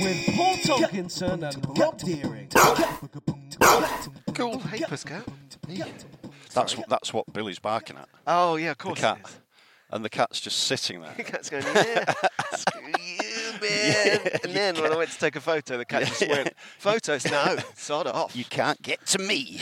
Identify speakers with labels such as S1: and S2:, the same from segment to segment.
S1: With Paul Tolkinson and Rob Deering.
S2: Go all hey, Pascal.
S3: That's what that's what Billy's barking at.
S2: Oh yeah, of
S3: The
S2: course.
S3: cat,
S2: It is.
S3: and the cat's just sitting there.
S2: The cat's going, yeah, screw you, man. and then when I went to take a photo, the cat just went, photos, no, sod off.
S3: You can't get to me.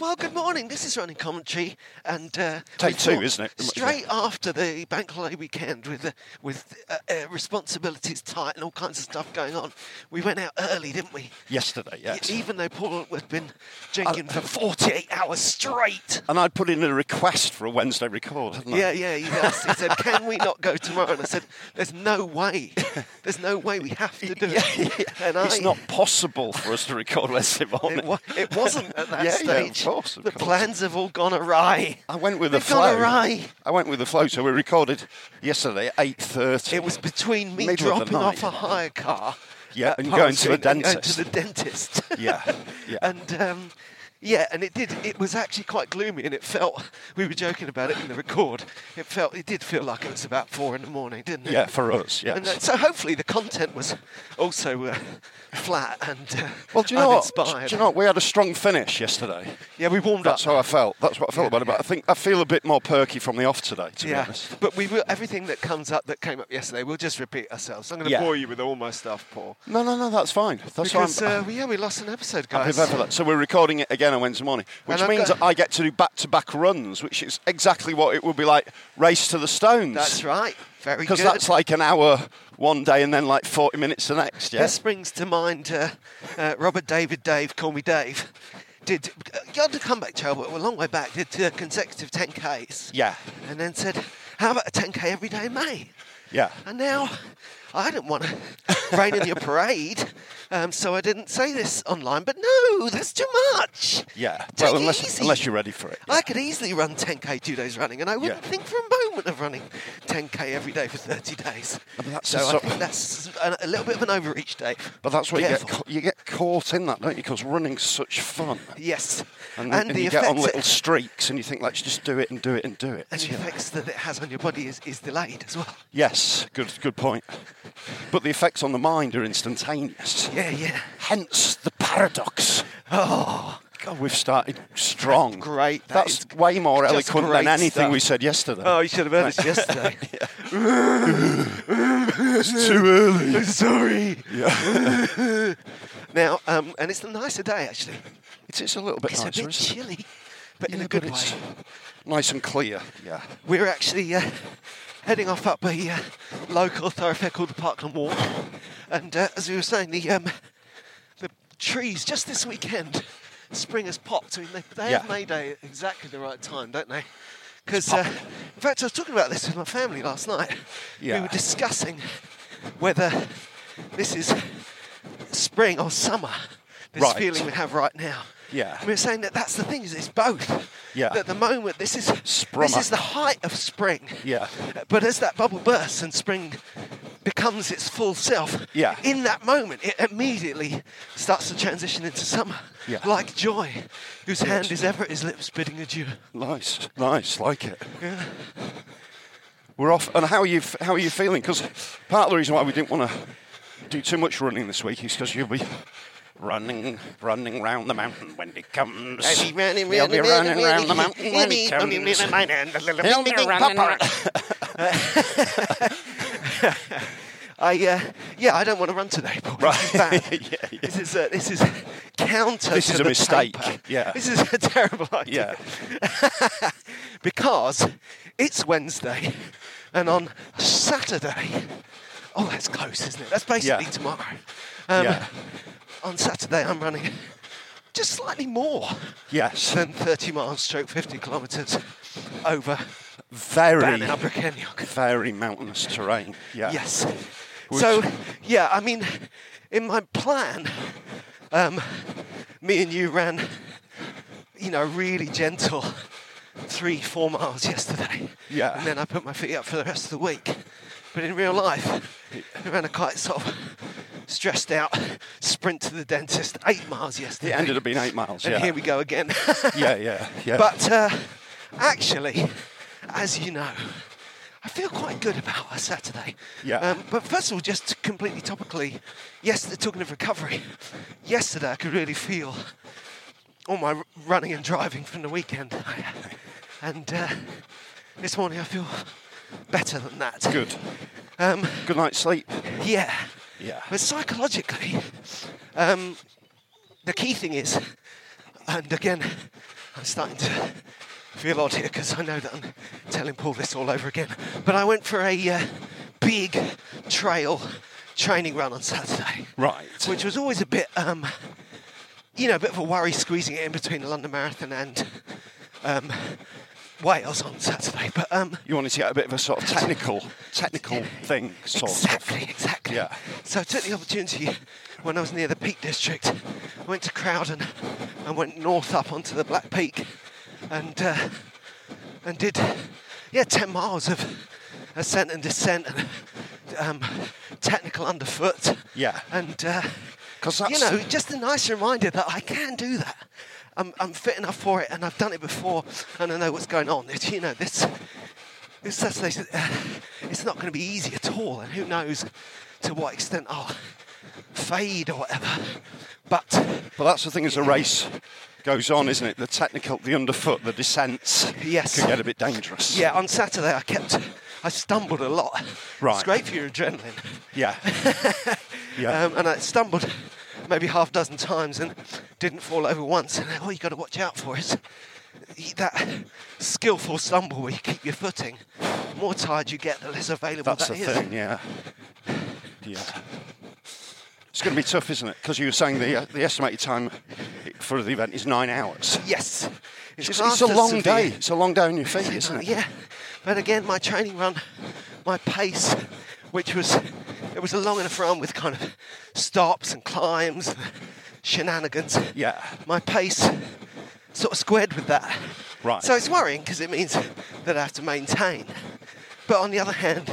S2: Well, good morning. This is running commentary, and uh,
S3: Take
S2: we
S3: two,
S2: thought
S3: isn't it?
S2: Straight after the bank holiday weekend, with uh, with uh, uh, responsibilities tight and all kinds of stuff going on, we went out early, didn't we?
S3: Yesterday,
S2: Y- e-,
S3: yes.
S2: Even though Paul had been drinking for 48 hours straight.
S3: And I'd put in a request for a Wednesday record, hadn't I?
S2: Yeah, yeah. He, asked, he said, "Can we not go tomorrow?" And I said, "There's no way. There's no way. We have to do it." And
S3: It's
S2: I-
S3: not possible for us to record Wednesday morning.
S2: It, wa- it wasn't at
S3: Yeah,
S2: that
S3: yeah, of
S2: stage.
S3: course, of
S2: the
S3: course.
S2: plans have all gone awry.
S3: I went with the
S2: They've
S3: flow.
S2: gone awry.
S3: I went with the flow, so we recorded yesterday at eight thirty.
S2: It was between me
S3: Middle of the
S2: dropping off a
S3: night.
S2: hire car.
S3: Yeah,
S2: at
S3: and going
S2: Park
S3: to the
S2: Street and
S3: dentist.
S2: Going to the dentist.
S3: Yeah, yeah.
S2: and um, yeah, and it did. It was actually quite gloomy, and it felt. We were joking about it in the record. It felt. It did feel like it was about four in the morning, didn't it?
S3: yeah, for us, yes.
S2: And uh, so hopefully the content was also uh, flat and uh,
S3: well, do you know? What, do
S2: uninspired.
S3: you know what? We had a strong finish yesterday.
S2: Yeah, we warmed
S3: That's
S2: up.
S3: how I felt. That's what I felt
S2: Yeah,
S3: about it. But I think I feel a bit more perky from the off today. To be
S2: yeah,
S3: honest.
S2: but we will, everything that comes up that came up yesterday, we'll just repeat ourselves. I'm going to
S3: Yeah.
S2: bore you with all my stuff, Paul.
S3: No, no, no. That's fine. That's fine.
S2: because uh, we- yeah, we lost an episode,
S3: Happy
S2: guys.
S3: birthday for that. So we're recording it again on Wednesday morning, which
S2: And I've
S3: means
S2: got-
S3: that I get to do back-to-back runs, which is exactly what it would be like race to the stones.
S2: That's right. Very good.
S3: Because that's like an hour one day and then like 40 minutes the next, yeah?
S2: This brings to mind uh, uh, Robert David Dave, call me Dave. Did uh, got to come back to Albert a long way back. Did uh, consecutive 10ks.
S3: Yeah.
S2: And then said, how about a 10k every day, in May?
S3: Yeah.
S2: And now, I didn't want to rain in your parade, um, so I didn't say this online. But no, that's too much.
S3: Yeah.
S2: Take
S3: well,
S2: it
S3: unless,
S2: easy.
S3: unless you're ready for it.
S2: I could easily run 10k two days running, and I wouldn't
S3: Yeah.
S2: think for a moment of running 10k every day for 30 days.
S3: But that's
S2: so
S3: the
S2: I
S3: sort-
S2: think that's a, a little bit of an overreach, Dave.
S3: But that's what you get,
S2: Careful.
S3: ca- you get caught in that, don't you? Because running's such fun.
S2: Yes,
S3: And, and, you get on
S2: effects
S3: little
S2: it-
S3: streaks and you think, let's just do it and do it and do it.
S2: and the
S3: you know.
S2: effects that it has on your body is, is delayed as well.
S3: Yes, good, good point. But the effects on the mind are instantaneous.
S2: Yeah, yeah.
S3: Hence the paradox. Oh, God, we've started strong.
S2: Great, that
S3: That's
S2: is
S3: way more
S2: just
S3: eloquent
S2: great
S3: than anything
S2: stuff.
S3: we said yesterday.
S2: Oh, you should have heard this yesterday.
S3: it's too early.
S2: Sorry. now, um, and it's a nicer day actually.
S3: It's, it's a little bit
S2: It's
S3: nicer,
S2: a bit
S3: isn't it?
S2: chilly, but in
S3: Yeah,
S2: a
S3: but
S2: good way.
S3: it's Nice and clear. Yeah.
S2: We're actually uh, heading off up a uh, local thoroughfare called the Parkland Walk, and uh, as we were saying, the um, the trees just this weekend, spring has popped. I mean, they, they have
S3: Yeah.
S2: May Day at exactly the right time, don't they? Because uh, in fact, I was talking about this with my family last night. We
S3: Yeah.
S2: were discussing whether this is spring or summer. This
S3: Right.
S2: feeling we have right now.
S3: Yeah.
S2: And we were saying that that's the thing is it's both.
S3: Yeah.
S2: At the moment, this is this
S3: Sprummer.
S2: is the height of spring.
S3: Yeah.
S2: But as that bubble bursts and spring becomes its full self,
S3: Yeah.
S2: in that moment, it immediately starts to transition into summer.
S3: Yeah.
S2: Like joy, whose hand is ever at his lips bidding adieu.
S3: Nice. Nice. Like it. Yeah. We're off. And how are you? f- How are you feeling? Because part of the reason why we didn't want to do too much running this week is because you'll be running, running round the mountain when he comes.
S2: I'll be running
S3: He'll
S2: round
S3: be
S2: the
S3: running
S2: mountain
S3: round the
S2: when
S3: mountain when he
S2: he- when he-
S3: comes.
S2: when he- when he-
S3: He'll be
S2: big, big
S3: running
S2: papa.
S3: round-
S2: I uh, yeah, I don't want to run today. Paul. This is
S3: Right.
S2: bad.
S3: Yeah, yeah.
S2: This is uh, this is counter.
S3: This
S2: to
S3: is a
S2: the
S3: mistake.
S2: paper.
S3: Yeah.
S2: This is a terrible idea. because it's Wednesday, and on Saturday, oh, that's close, isn't it? That's basically
S3: Yeah.
S2: tomorrow. Um,
S3: Yeah.
S2: On Saturday, I'm running just slightly more
S3: Yes.
S2: than 30 miles, stroke 50 kilometres over
S3: Very,
S2: Ban in Upper Kenyock.
S3: very mountainous terrain. Yeah.
S2: Yes.
S3: Which-
S2: so, yeah, I mean, in my plan, um, me and you ran, you know, really gentle three, four miles yesterday.
S3: Yeah.
S2: And then I put my feet up for the rest of the week. But in real life, I ran a quite sort of stressed out sprint to the dentist eight miles yesterday.
S3: It ended up being eight miles.
S2: and
S3: yeah.
S2: here we go again.
S3: Yeah, yeah, yeah.
S2: But uh, actually, as you know, I feel quite good about our Saturday. Um,
S3: Yeah.
S2: but first of all, just completely topically, yes, talking of recovery, yesterday I could really feel all my r- running and driving from the weekend. And uh, this morning I feel better than that.
S3: good.
S2: Um,
S3: Good night's sleep.
S2: yeah.
S3: Yeah.
S2: But psychologically, um, the key thing is, and again, I'm starting to feel odd here because I know that I'm telling Paul this all over again. But I went for a uh, big trail training run on Saturday,
S3: Right.
S2: which was always a bit, um, you know, a bit of a worry squeezing it in between the London Marathon and um, Wales on Saturday. But um,
S3: you wanted to get a bit of a sort of technical, technical thing, sort
S2: Exactly, exactly.
S3: Yeah.
S2: So I took the opportunity when I was near the Peak District. I went to Crowdon and went north up onto the Black Peak, and uh, and did yeah ten miles of ascent and descent and um, technical underfoot.
S3: Yeah.
S2: And uh,
S3: 'Cause
S2: you
S3: that's-
S2: know just a nice reminder that I can do that. I'm, I'm fit enough for it, and I've done it before, and I know what's going on. It's, you know this. It's Saturday. Uh, it's not going to be easy at all, and who knows to what extent I'll fade or whatever. But
S3: But that's the thing as a race goes on, isn't it? The technical, the underfoot, the descents
S2: Yes.
S3: can get a bit dangerous.
S2: yeah, on Saturday I kept, I stumbled a lot.
S3: Right.
S2: It's great for your adrenaline.
S3: Yeah. yeah.
S2: Um, and I stumbled maybe half dozen times and didn't fall over once. And all you got to watch out for is that skillful stumble where you keep your footing. The more tired you get, the less available
S3: that's
S2: that
S3: the
S2: is.
S3: thing, yeah. Yeah. It's going to be tough, isn't it? Because you were saying the, uh, the estimated time for the event is nine hours.
S2: Yes.
S3: It's,
S2: classed
S3: it's a
S2: as
S3: long
S2: severe.
S3: day. It's a long day on your feet, isn't it?
S2: Yeah, but again, my training run, my pace, which was it was a long enough run with kind of stops and climbs, shenanigans.
S3: Yeah.
S2: my pace sort of squared with that.
S3: Right.
S2: So it's worrying because it means that I have to maintain. But on the other hand,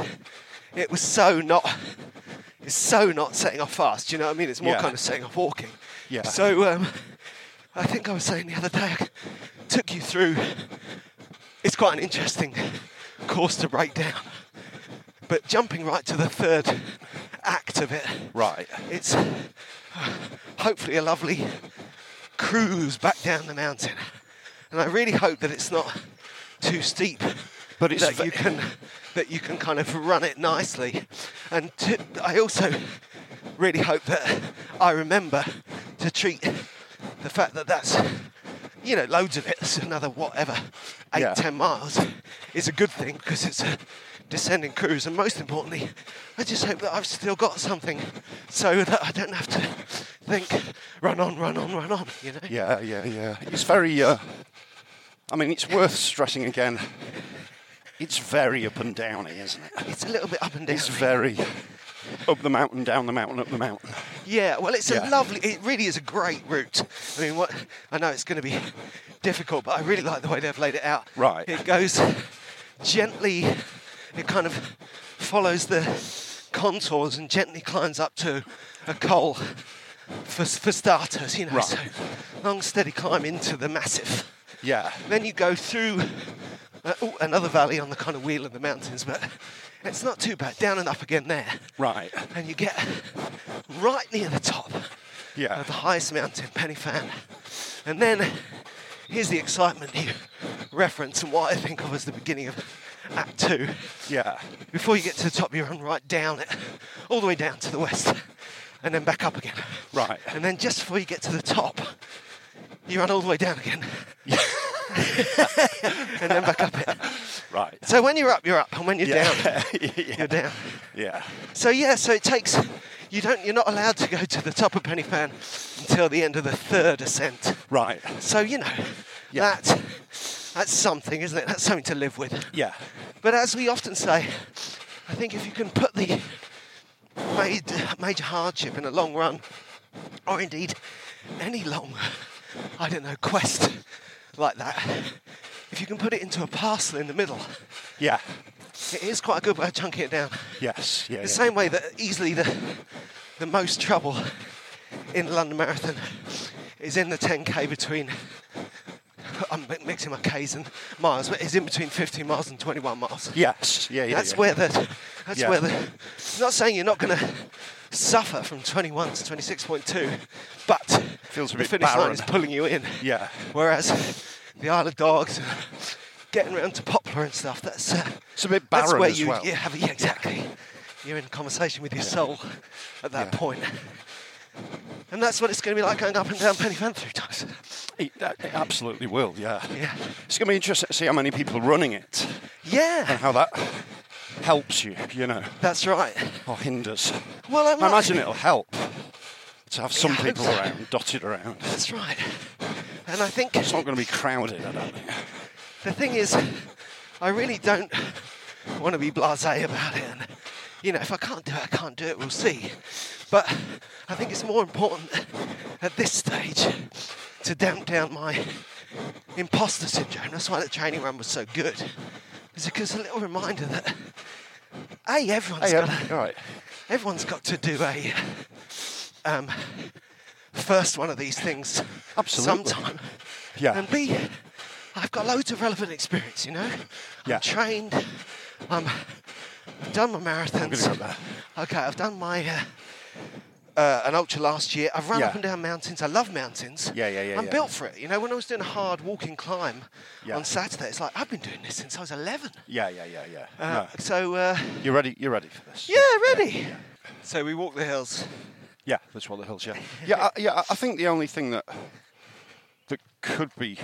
S2: it was so not. It's so not setting off fast. Do you know what I mean? It's more
S3: Yeah.
S2: kind of setting off walking.
S3: Yeah.
S2: So um, I think I was saying the other day, I took you through it's quite an interesting course to break down. But jumping right to the third act of it,
S3: Right.
S2: it's uh, hopefully a lovely cruise back down the mountain. And I really hope that it's not too steep,
S3: But it's
S2: that
S3: ve-
S2: you can that you can kind of run it nicely. And to, I also really hope that I remember to treat the fact that that's you know loads of it. It's another whatever eight
S3: Yeah.
S2: ten miles is a good thing because it's a descending cruise. And most importantly, I just hope that I've still got something so that I don't have to think run on, run on, run on. You know.
S3: Yeah, yeah, yeah. It's very. Uh, I mean, it's worth stressing again. It's very up and downy, isn't it?
S2: It's a little bit up and down.
S3: It's very up the mountain, down the mountain, up the mountain.
S2: Yeah, well, it's
S3: Yeah.
S2: a lovely. It really is a great route. I mean, what I know it's going to be difficult, but I really like the way they've laid it out.
S3: Right.
S2: It goes gently. It kind of follows the contours and gently climbs up to a col for for starters. You know,
S3: Right.
S2: so long, steady climb into the massive.
S3: Yeah.
S2: Then you go through uh, ooh, another valley on the kind of wheel of the mountains, but it's not too bad. Down and up again there
S3: Right.
S2: and you get right near the top,
S3: Yeah.
S2: uh, the highest mountain, Pennyfan. And then here's the excitement you reference and what I think of as the beginning of Act Two.
S3: Yeah.
S2: Before you get to the top, you run right down it, all the way down to the west, and then back up again.
S3: Right.
S2: And then just before you get to the top, you run all the way down again, and then back up it.
S3: Right.
S2: So when you're up, you're up, and when you're
S3: Yeah.
S2: down,
S3: yeah.
S2: you're down.
S3: Yeah.
S2: So yeah, so it takes. You don't. You're not allowed to go to the top of Pennyfan until the end of the third ascent.
S3: Right.
S2: So you know,
S3: Yeah.
S2: that that's something, isn't it? That's something to live with.
S3: Yeah.
S2: But as we often say, I think if you can put the major, major hardship in a long run, or indeed any long, I don't know, quest like that, if you can put it into a parcel in the middle,
S3: Yeah.
S2: it is quite a good way of chunking it down.
S3: Yes. Yeah.
S2: The
S3: yeah.
S2: same way that easily the the most trouble in the London Marathon is in the 10k between. I'm mi- mixing my k's and miles, but it's in between 15 miles and 21 miles.
S3: Yes. Yeah. Yeah.
S2: that's
S3: yeah.
S2: where the. That's
S3: Yeah.
S2: where the. I'm not saying you're not going to suffer from 21 to 26.2, but
S3: Feels a
S2: the
S3: bit
S2: finish line
S3: barren.
S2: is pulling you in.
S3: Yeah.
S2: Whereas the Isle of Dogs, getting round to Poplar and stuff, that's uh,
S3: It's a bit
S2: that's
S3: barren
S2: where
S3: as
S2: you
S3: well.
S2: yeah, have yeah, exactly. You're in conversation with your soul at that
S3: Yeah.
S2: point. And that's what it's going to be like going up and down Penny Fan three times.
S3: It, it absolutely will. Yeah.
S2: Yeah.
S3: It's going to be interesting to see how many people running it and
S2: Yeah,
S3: how that helps you. You know,
S2: that's right.
S3: or hinders.
S2: Well, I'm
S3: I
S2: not-
S3: imagine it'll help to have some
S2: Yeah, I hope
S3: people
S2: so.
S3: around, dotted around.
S2: That's right. And I think
S3: It's not going to be crowded, I don't think.
S2: the thing is, I really don't want to be blasé about it. And, you know, if I can't do it, I can't do it. We'll see. But I think it's more important at this stage to damp down my imposter syndrome. That's why the training run was so good. It's because a little reminder that a everyone's
S3: Hey,
S2: got
S3: um, all right.
S2: everyone's got to do a um, first one of these things
S3: Absolutely.
S2: sometime.
S3: Yeah.
S2: And B, I've got loads of relevant experience, you know?
S3: Yeah.
S2: I'm trained. I'm, I've done my
S3: gonna
S2: marathons.
S3: go there.
S2: Okay, I've done my uh, uh, an ultra last year. I've run
S3: Yeah.
S2: up and down mountains. I love mountains.
S3: Yeah, yeah, yeah,
S2: I'm
S3: yeah.
S2: built for it. You know, when I was doing a hard walking climb
S3: Yeah.
S2: on Saturday, it's like I've been doing this since I was 11.
S3: Yeah, yeah, yeah, yeah.
S2: Uh,
S3: No.
S2: So uh,
S3: You're ready. You're ready for this.
S2: yeah, ready. So we walk the hills.
S3: Yeah, that's what the hills. Yeah, yeah, I, yeah. I- I think the only thing that that could be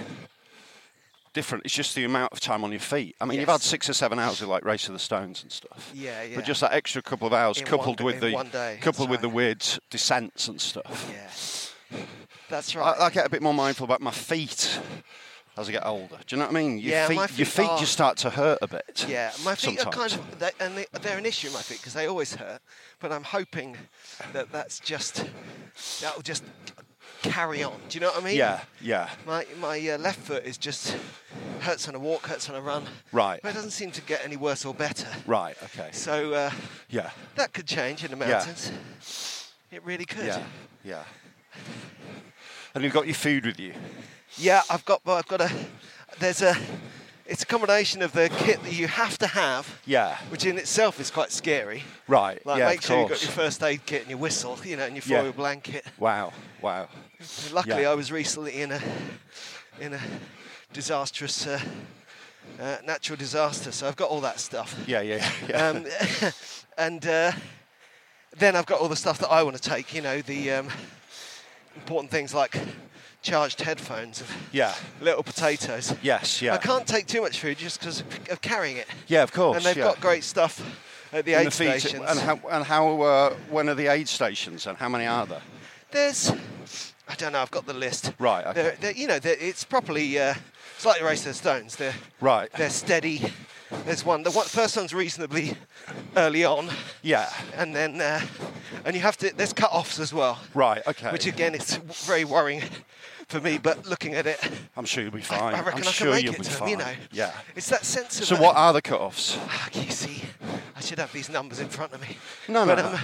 S3: different is just the amount of time on your feet. I mean, you've
S2: Yes.
S3: had six or seven hours of like race of the stones and stuff.
S2: Yeah, yeah.
S3: But just that extra couple of hours,
S2: In
S3: coupled
S2: one-
S3: with
S2: in
S3: the
S2: one day,
S3: coupled
S2: that's
S3: with the
S2: right.
S3: weird descents and stuff,
S2: Yeah. That's right.
S3: I, I get a bit more mindful about my feet as I get older. Do you know what I mean? Your
S2: Yeah,
S3: feet,
S2: my
S3: your
S2: feet
S3: feet
S2: are-
S3: just start to hurt a bit.
S2: Yeah, my feet are
S3: sometimes.
S2: kind of, they, and they, they're an issue, my feet, because they always hurt. But I'm hoping that that's just, that'll just carry on. Do you know what I mean?
S3: Yeah, yeah.
S2: My, my uh, left foot is just, hurts on a walk, hurts on a run.
S3: Right.
S2: But it doesn't seem to get any worse or better.
S3: Right. Okay.
S2: So uh,
S3: Yeah.
S2: that could change in the
S3: Yeah.
S2: mountains. It really could.
S3: Yeah. Yeah. And you've got your food with you.
S2: Yeah, I've got, well, I've got a, there's a, it's a combination of the kit that you have to have.
S3: Yeah.
S2: Which in itself is quite scary.
S3: Right.
S2: Like,
S3: yeah,
S2: make
S3: of
S2: sure you've got
S3: course.
S2: your first aid kit and your whistle, you know, and your
S3: Yeah.
S2: foil blanket.
S3: Wow. Wow.
S2: Luckily,
S3: Yeah.
S2: I was recently in a in a disastrous uh, uh, natural disaster, so I've got all that stuff.
S3: Yeah. Yeah. Yeah.
S2: Um, and uh, then I've got all the stuff that I want to take. You know, the um, important things like charged headphones and
S3: yeah.
S2: little potatoes.
S3: Yes. Yeah.
S2: I can't take too much food just because of carrying it.
S3: Yeah. Of course.
S2: And they've
S3: yeah.
S2: got great stuff at the
S3: And
S2: aid
S3: the feet-
S2: stations.
S3: And how? And how? Uh, when are the aid stations? And how many are there?
S2: There's, I don't know. I've got the list.
S3: Right, okay.
S2: They're, they're, you know, they're, it's properly. Uh, it's like the race of the stones. They're
S3: Right.
S2: They're steady. There's one. The one, first one's reasonably early on,
S3: Yeah.
S2: and then uh, and you have to. There's cut-offs as well.
S3: Right. Okay.
S2: Which again is very worrying for me. But looking at it,
S3: I'm sure you'll be fine.
S2: I reckon
S3: am
S2: I can
S3: sure
S2: make
S3: you'll
S2: it
S3: be
S2: to
S3: fine.
S2: them. You know.
S3: Yeah.
S2: It's that sense of.
S3: So
S2: uh,
S3: what are the cut-offs?
S2: Ah, you see, I should have these numbers in front of me.
S3: No, no,
S2: but, um,
S3: no.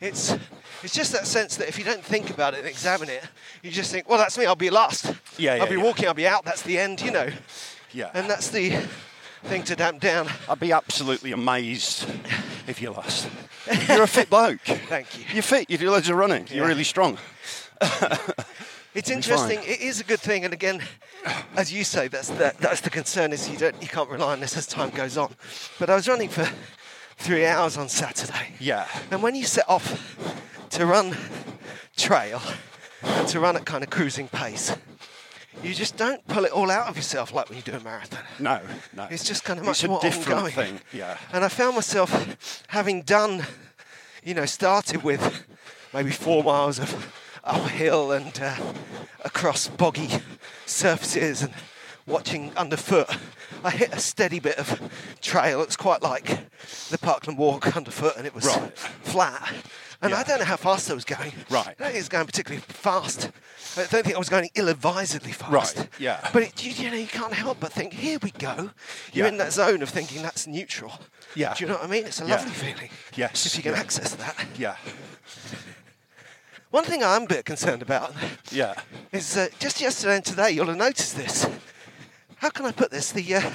S2: It's it's just that sense that if you don't think about it and examine it, you just think, well, that's me. I'll be last.
S3: Yeah, yeah,
S2: I'll be
S3: yeah.
S2: walking. I'll be out. That's the end. You know.
S3: Yeah.
S2: And that's the thing to damp down.
S3: I'd be absolutely amazed if you're last. You're a fit bloke.
S2: Thank you.
S3: You're fit. You do loads of running. You're
S2: Yeah.
S3: really strong.
S2: It's
S3: It'll be fine.
S2: interesting. It is a good thing, and again, as you say, that's the, that's the concern is you don't you can't rely on this as time goes on. But I was running for three hours on Saturday.
S3: Yeah.
S2: And when you set off to run trail and to run at kind of cruising pace, you just don't pull it all out of yourself like when you do a marathon.
S3: No, no.
S2: It's just kind of much
S3: It's a
S2: more
S3: different
S2: ongoing.
S3: thing. Yeah.
S2: And I found myself having done, you know, started with maybe four miles of uphill and uh, across boggy surfaces and watching underfoot. I hit a steady bit of trail. It's quite like the Parkland Walk underfoot, and it was
S3: Right.
S2: flat. And I
S3: Yeah.
S2: don't know how fast I was going.
S3: Right.
S2: I don't think it was going particularly fast. I don't think I was going ill-advisedly fast.
S3: Right, yeah.
S2: But it, you, you know, you can't help but think, here we go. You're
S3: Yeah.
S2: in that zone of thinking that's neutral.
S3: Yeah.
S2: Do you know what I mean? It's a
S3: Yeah.
S2: lovely feeling.
S3: Yes,
S2: If you can
S3: yeah.
S2: access that.
S3: Yeah.
S2: One thing I'm a bit concerned about
S3: Yeah.
S2: is uh, just yesterday and today, you'll have noticed this. How can I put this? The, uh,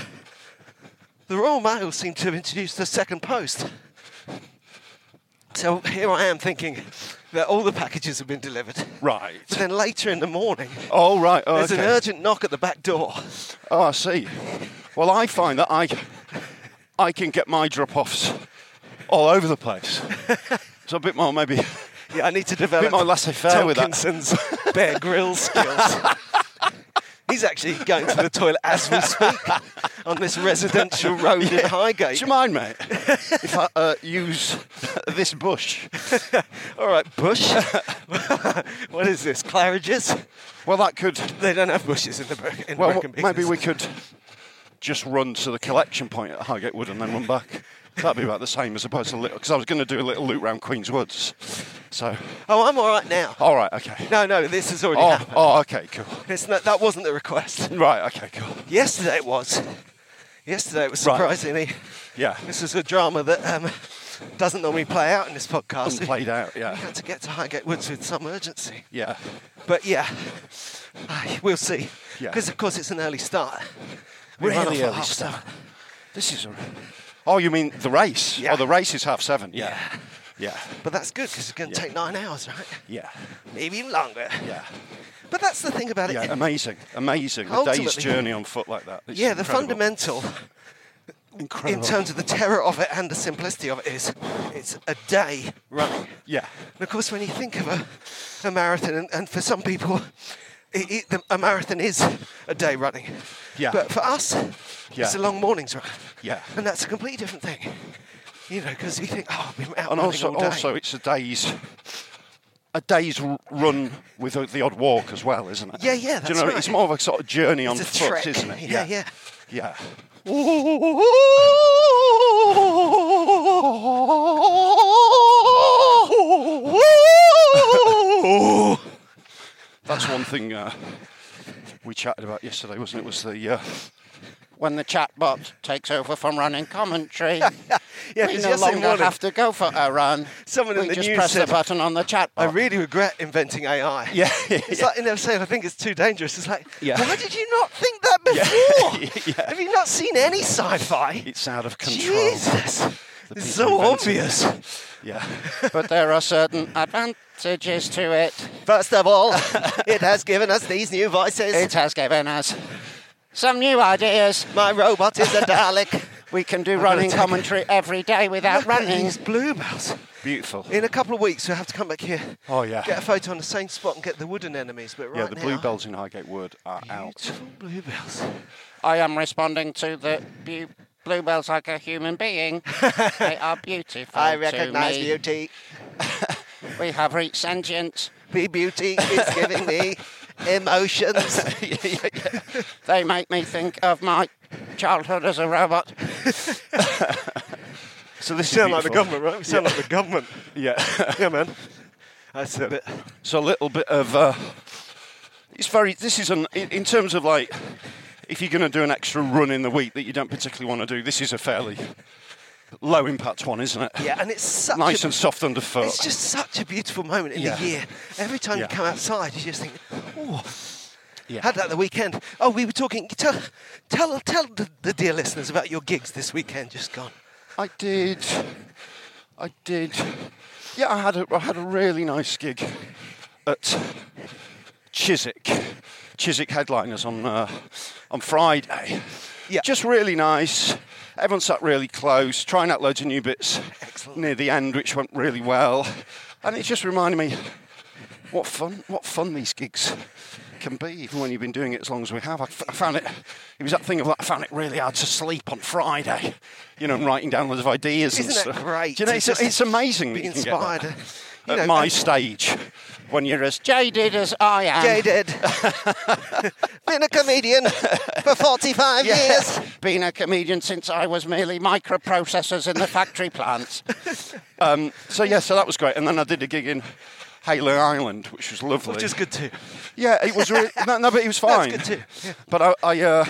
S2: the Royal Mail seem to have introduced the second post. So here I am thinking that all the packages have been delivered.
S3: Right.
S2: But then later in the morning,
S3: Oh right. Oh,
S2: there's
S3: okay.
S2: an urgent knock at the back door.
S3: Oh, I see. Well, I find that I, I can get my drop-offs all over the place. So a bit more maybe, a
S2: Yeah, I need to
S3: bit
S2: develop
S3: more laissez-faire with that.
S2: Wilkinson's Bear grill skills. He's actually going to the toilet as we speak on this residential road in Highgate.
S3: Do you mind, mate, if I uh, use this bush?
S2: All right, Bush. what is this? Claridge's?
S3: Well, that could.
S2: They don't have bushes in the Bur- in
S3: Well,
S2: Brecon
S3: maybe
S2: Beacons.
S3: we could just run to the collection point at Highgate Wood and then run back. That'd be about the same as opposed to little. Because I was going to do a little loop round Queen's Woods. So,
S2: Oh, I'm all right now.
S3: all right, okay.
S2: No, no, this has already
S3: Oh,
S2: happened.
S3: oh, okay, cool.
S2: It's not, that wasn't the request.
S3: Right, okay, cool.
S2: Yesterday it was. Yesterday it was
S3: Right.
S2: surprisingly.
S3: Yeah.
S2: This is a drama that um, doesn't normally play out in this podcast.
S3: Hasn't played out, yeah.
S2: We had to get to Highgate Woods with some urgency.
S3: Yeah.
S2: But yeah, I- we'll see.
S3: Yeah.
S2: Because of course it's an early start.
S3: We're on
S2: heading
S3: the
S2: off at
S3: early
S2: half
S3: start.
S2: seven.
S3: This is a. Oh, you mean the race?
S2: Yeah.
S3: Oh, the race is half seven. Yeah. Yeah.
S2: But that's good because it's going to
S3: Yeah.
S2: take nine hours, right?
S3: Yeah.
S2: Maybe even longer.
S3: Yeah.
S2: But that's the thing about it.
S3: Yeah. Amazing. Amazing. A day's
S2: Ultimately-
S3: journey on foot like that. It's
S2: Yeah, the
S3: incredible.
S2: fundamental
S3: Incredible.
S2: in terms of the terror of it and the simplicity of it is it's a day running.
S3: Yeah.
S2: And of course, when you think of a, a marathon, and, and for some people, it, it, the, a marathon is a day running.
S3: Yeah.
S2: But for us,
S3: Yeah.
S2: it's a long morning's run.
S3: Yeah.
S2: And that's a completely different thing. You know, because you think, oh, I've been out
S3: And
S2: running
S3: also,
S2: all day.
S3: also, it's a day's. A day's r- run with a- the odd walk as well, isn't it?
S2: Yeah, yeah,
S3: Do you
S2: that's
S3: know,
S2: right.
S3: it's more of a sort of journey on
S2: it's a
S3: foot,
S2: trek,
S3: isn't it?
S2: Yeah, yeah.
S3: Yeah. That's one thing uh, we chatted about yesterday, wasn't it? Was the uh, when the chatbot takes over from running commentary.
S2: Yeah,
S3: we
S2: 'cause
S3: no
S2: yesterday
S3: longer
S2: morning-
S3: have to go for a run.
S2: Someone in
S3: we
S2: the
S3: just
S2: news
S3: press
S2: said-
S3: the button on the chatbot.
S2: I really regret inventing AI.
S3: Yeah.
S2: It's like, you know, saying I think it's too dangerous. It's like,
S3: Yeah.
S2: why did you not think that before? Have you not seen any sci fi?
S3: it's out of control.
S2: Jesus. It's
S3: people
S2: so
S3: inventing
S2: obvious.
S3: Yeah. but there are certain advantages to it.
S2: First of all, it has given us these new voices.
S3: It has given us some new ideas.
S2: My robot is a Dalek.
S3: We can do
S2: gonna
S3: running
S2: take-
S3: commentary every day without
S2: Look at
S3: running.
S2: These bluebells.
S3: Beautiful.
S2: In a couple of weeks, we'll have to come back here.
S3: Oh, yeah.
S2: Get a photo on the same spot and get the wooden enemies. But right
S3: yeah, the
S2: now,
S3: bluebells in Highgate Wood are out.
S2: Beautiful bluebells.
S4: I am responding to the bu- bluebells like a human being. they are beautiful.
S2: I
S4: to
S2: recognise
S4: me.
S2: beauty.
S4: We have reached sentience.
S2: The beauty is giving me emotions.
S4: They make me think of my childhood as a robot.
S3: So this
S2: sound like the government, right? We sound like the government.
S3: Yeah.
S2: Yeah, man. I said it.
S3: so a little bit of. Uh, it's very. This is an. In, in terms of like, if you're going to do an extra run in the week that you don't particularly want to do, this is a fairly low impact one, isn't it?
S2: Yeah, and it's such
S3: Nice
S2: a,
S3: and soft underfoot.
S2: It's just such a beautiful moment in
S3: Yeah.
S2: the year. Every time
S3: Yeah.
S2: you come outside, you just think, oh,
S3: Yeah.
S2: had that the weekend. Oh, we were talking. Tell, tell, tell the, the dear listeners about your gigs this weekend just gone.
S3: I did I did. Yeah, I had a, I had a really nice gig at Chiswick, Chiswick headliners on uh, on Friday.
S2: Yeah.
S3: just really nice. Everyone sat really close, trying out loads of new bits near the end, which went really well. And it just reminded me what fun, what fun these gigs can be, even when you've been doing it as long as we have. I, f- I found it, it was that thing of like, I found it really hard to sleep on Friday, you know, and writing down loads of ideas and
S2: Isn't that
S3: stuff.
S2: great?
S3: Do you know,
S2: to
S3: it's,
S2: just
S3: it's amazing that
S2: Be
S3: you can get
S2: inspired.
S3: that
S2: You
S3: at
S2: know,
S3: my
S2: and-
S3: stage when you're as
S4: Jaded as I am.
S2: jaded. Been a comedian for 45 years.
S4: Been a comedian since I was merely microprocessors in the factory plants.
S3: Um, so yeah, so that was great, and then I did a gig in Halo Island, which was lovely.
S2: Which is good too.
S3: Yeah, it was. Really, no, no, but it was fine.
S2: good too, yeah.
S3: But I, I, uh,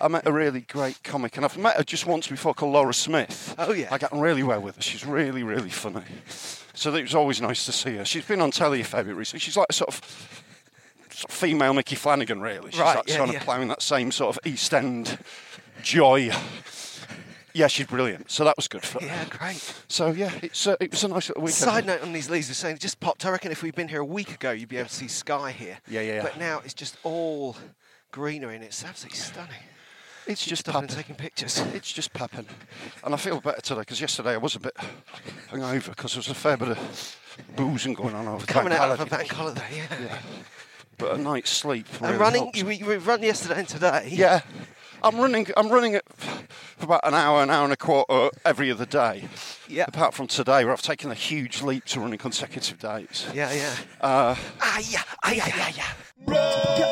S3: I met a really great comic, and I've met her just once before, called Laura Smith.
S2: Oh, yeah.
S3: I get on really well with her. She's really, really funny. So it was always nice to see her. She's been on telly a fair bit recently. She's like a sort of. Sort of female Mickey Flanagan, really. She's
S2: Right,
S3: like
S2: yeah,
S3: kind
S2: yeah.
S3: of playing that same sort of East End joy. Yeah, she's brilliant. So that was good for her.
S2: Yeah, great.
S3: So yeah, it's uh, it was a nice little weekend.
S2: Side note on these leads was saying it just popped. I reckon if we'd been here a week ago, you'd be able to see sky here.
S3: Yeah, yeah, yeah.
S2: But now it's just all greenery and it's absolutely stunning.
S3: It's
S2: Keep
S3: just
S2: stopping and
S3: papping.
S2: taking pictures.
S3: It's just papping, and I feel better today because yesterday I was a bit hungover because there was a fair bit of boozing going on over
S2: Coming
S3: bank
S2: out of a
S3: holiday.
S2: bank holiday, yeah.
S3: But a night's sleep.
S2: And
S3: really
S2: running,
S3: helps.
S2: you, we, we run yesterday and today.
S3: Yeah, I'm running. I'm running it for about an hour, an hour and a quarter every other day.
S2: Yeah.
S3: Apart from today, where I've taken a huge leap to running consecutive days.
S2: Yeah, yeah.
S3: Uh,
S2: Ah, yeah, ah, yeah, yeah, yeah.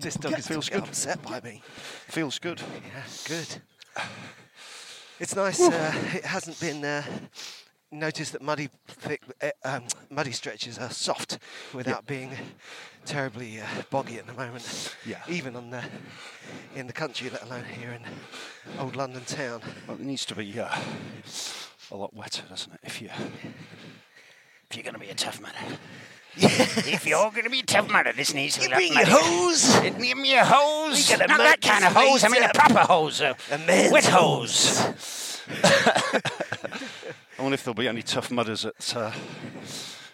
S2: This dog is feels good. upset by me.
S3: feels good.
S2: Yeah, good. It's nice. Uh, it hasn't been uh, noticed that muddy, thick, uh, um, muddy stretches are soft without being terribly uh, boggy at the moment.
S3: Yeah.
S2: Even on the in the country, let alone here in old London town.
S3: Well, it needs to be uh, a lot wetter, doesn't it? If you if you're going to be a tough man.
S4: If you're going to be tough mother, this needs to be
S2: Bring your
S4: muddy.
S2: hose.
S4: Give me a hose.
S2: We gotta
S4: Not that
S2: make
S4: kind
S2: this
S4: of hose. I mean
S2: later.
S4: a proper hose. A,
S2: A man's
S4: wet hose.
S3: I wonder if there'll be any tough mudders at uh,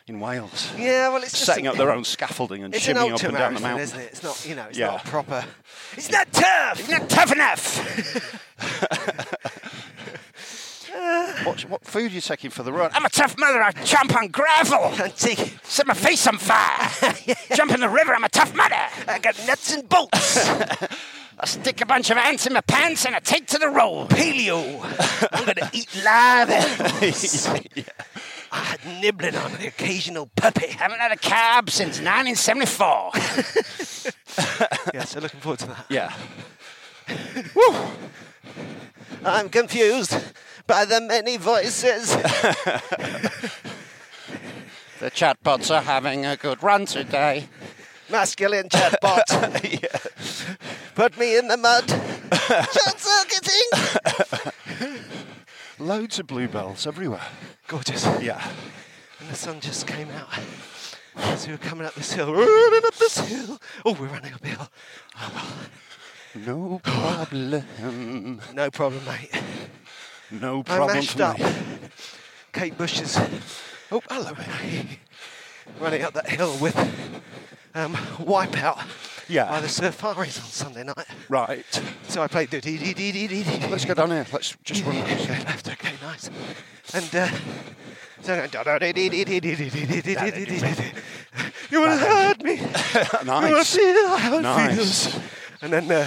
S3: in Wales
S2: Yeah, well, it's just
S3: setting
S2: an-
S3: up their own scaffolding and
S2: It's an
S3: shimmying up and down the
S2: ultramarathon,
S3: mountain.
S2: isn't it? It's not, you know, it's
S3: Yeah.
S2: not a proper.
S4: It's not tough. It's not tough enough.
S3: What, what food are you taking for the run?
S4: I'm a tough mother. I jump on gravel.
S2: Antique.
S4: Set my face on fire. Jump in the river. I'm a tough mother.
S2: I got nuts and bolts.
S4: I stick a bunch of ants in my pants and I take to the road.
S2: Paleo. I'm going to eat live animals. I had nibbling on an occasional puppy.
S4: Haven't had a cab since 1974.
S2: Yeah, so looking forward to that.
S3: Yeah.
S2: I'm confused by the many voices.
S4: the chatbots are having a good run today.
S2: Masculine chatbot. Put me in the mud. Short circuiting.
S3: Loads of bluebells everywhere.
S2: Gorgeous.
S3: Yeah.
S2: And the sun just came out. As we were coming up this hill, running up this hill. Oh, we're running up hill.
S3: No problem.
S2: No problem, mate.
S3: No
S2: I
S3: problem.
S2: mashed
S3: for
S2: up
S3: me.
S2: Kate Bush's. Oh, hello, mate. Running up that hill with um, Wipeout
S3: Yeah.
S2: by the Surfaris on Sunday night.
S3: Right.
S2: So I played. do- do- do- do- do- do- do.
S3: Let's go down here. Let's just run.
S2: Okay, left, okay, nice. And uh, so I go, you want to hurt me? You want to
S3: nice.
S2: feel how it
S3: Nice.
S2: feels? And then uh,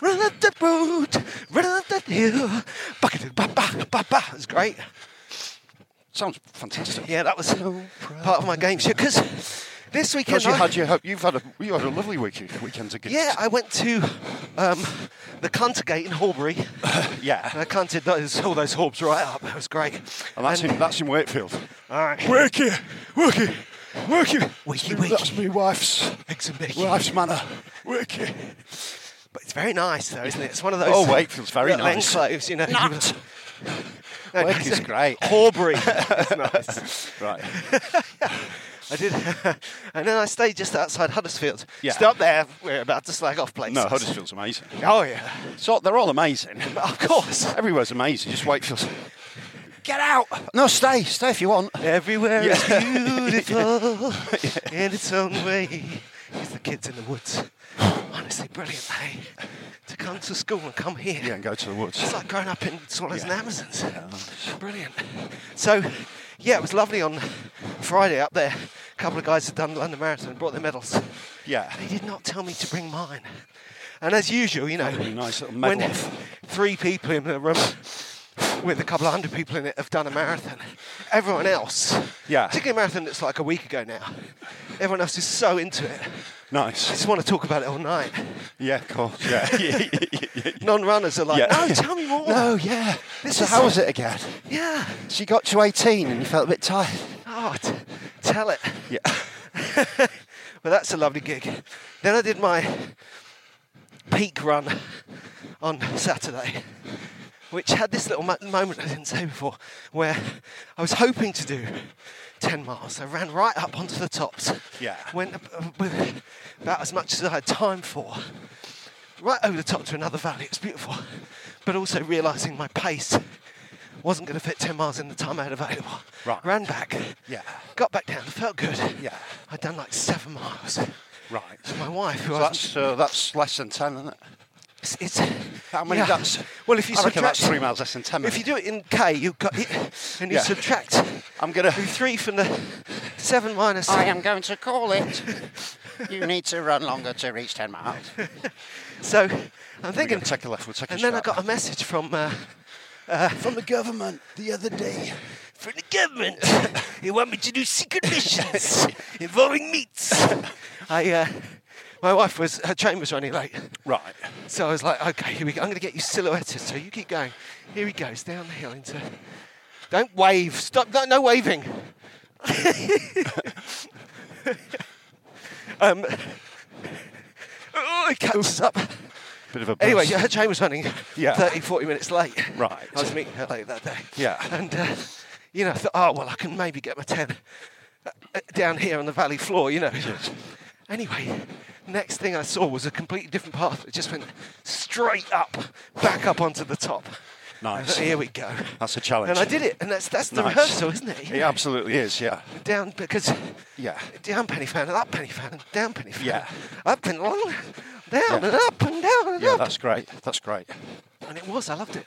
S2: run up that road, run up that hill. Bucket, ba ba ba ba. It was great.
S3: Sounds fantastic.
S2: Yeah, that was part of my game show. Because this weekend,
S3: Because you
S2: I-
S3: had your, you've had a you had a lovely week, weekend again.
S2: yeah, I went to um, the Cluntergate in Horbury. And
S3: yeah.
S2: I canted those, all those horbs right up. That was great.
S3: And that's in that's in Wakefield.
S2: All right.
S3: Wakey, wakey, wakey.
S2: Wakey,
S3: That's
S2: wakey.
S3: my wife's
S2: Eggs and bacon.
S3: wife's manor. Wakey.
S2: But it's very nice, though, isn't it? It's one of those.
S3: Oh, Wakefield's very
S2: little
S3: nice.
S2: Enclaves, you know.
S3: Not.
S2: No,
S3: Wake is great.
S2: Horbury. It's nice.
S3: Right.
S2: I did, and then I stayed just outside Huddersfield.
S3: Yeah.
S2: Stop there. We're about to slag off places.
S3: No, Huddersfield's amazing.
S2: Oh yeah.
S3: So they're all amazing.
S2: Of course.
S3: Everywhere's amazing. Just Wakefield's. Get out. No, stay. Stay if you want.
S2: Everywhere is
S3: Yeah.
S2: beautiful in its own way. It's the kids in the woods. Honestly, brilliant, hey? To come to school and come here.
S3: Yeah, and go to the
S2: It's
S3: woods.
S2: like growing up in Swallows and
S3: Yeah.
S2: Amazons. Brilliant. So, yeah, it was lovely on Friday up there. A couple of guys had done the London Marathon and brought their medals.
S3: Yeah.
S2: They did not tell me to bring mine. And as usual, you know,
S3: Really nice little
S2: when
S3: medal off.
S2: three people in the room with a couple of hundred people in it have done a marathon, everyone else,
S3: Yeah.
S2: particularly a marathon that's like a week ago now, everyone else is so into it. I
S3: Nice.
S2: just want to talk about it all night.
S3: Yeah, of course. Yeah.
S2: Non-runners are like,
S3: Yeah.
S2: no, tell me more.
S3: no, yeah.
S2: This
S3: so
S2: is-
S3: how was it again?
S2: Yeah.
S3: So you got to 18 and you felt a bit tired.
S2: Oh, t- tell it.
S3: Yeah.
S2: Well, that's a lovely gig. Then I did my peak run on Saturday, which had this little mo- moment I didn't say before, where I was hoping to do 10 miles. I ran right up onto the tops.
S3: Yeah.
S2: Went ab- ab- with about as much as I had time for. Right over the top to another valley. It was beautiful. But also realising my pace wasn't going to fit 10 miles in the time I had available.
S3: Right.
S2: Ran back.
S3: Yeah.
S2: Got back down. Felt good.
S3: Yeah.
S2: I'd done like seven miles.
S3: Right.
S2: My wife, who
S3: So
S2: I was,
S3: that's, uh, that's less than 10, isn't it?
S2: it's, it's-
S3: How many?
S2: yeah.
S3: That's,
S2: well, if you
S3: I reckon
S2: subtract
S3: that's three miles less than 10
S2: If you do it in K, you got it, and you
S3: Yeah.
S2: subtract
S3: I'm going
S2: the
S3: to.
S2: three from the seven minus.
S4: I am going to call it. You need to run longer to reach 10 miles.
S2: So I'm
S3: We're
S2: thinking,
S3: going to take a left, we'll take a
S2: and then I
S3: straight.
S2: got a message from uh,
S3: From the government the other day.
S2: from the government. they want me to do secret missions involving meats. I, uh, my wife was her train was running late,
S3: Right.
S2: so I was like, okay, here we go. I'm going to get you silhouetted. So you keep going. Here he goes down the hill into. Don't wave. Stop. No, no waving. um, oh, it catches up.
S3: Bit of a.
S2: Anyway,
S3: buzz.
S2: yeah, her train was running
S3: Yeah.
S2: 30, 40 minutes late.
S3: Right.
S2: I was meeting her late that day.
S3: Yeah.
S2: And, uh, you know, I thought, oh, well, I can maybe get my 10 uh, uh, down here on the valley floor, you know. Anyway, next thing I saw was a completely different path. It just went straight up, back up onto the top. I
S3: Nice.
S2: thought, Here we go.
S3: That's a challenge.
S2: And I did it, and that's that's the
S3: Nice.
S2: rehearsal, isn't it? You
S3: It
S2: know,
S3: absolutely is, yeah.
S2: Down because
S3: Yeah.
S2: down penny fan and up penny fan and down penny fan.
S3: Yeah.
S2: Up and along, down
S3: Yeah.
S2: and up and down and
S3: Yeah,
S2: up.
S3: that's great. That's great.
S2: And it was, I loved it.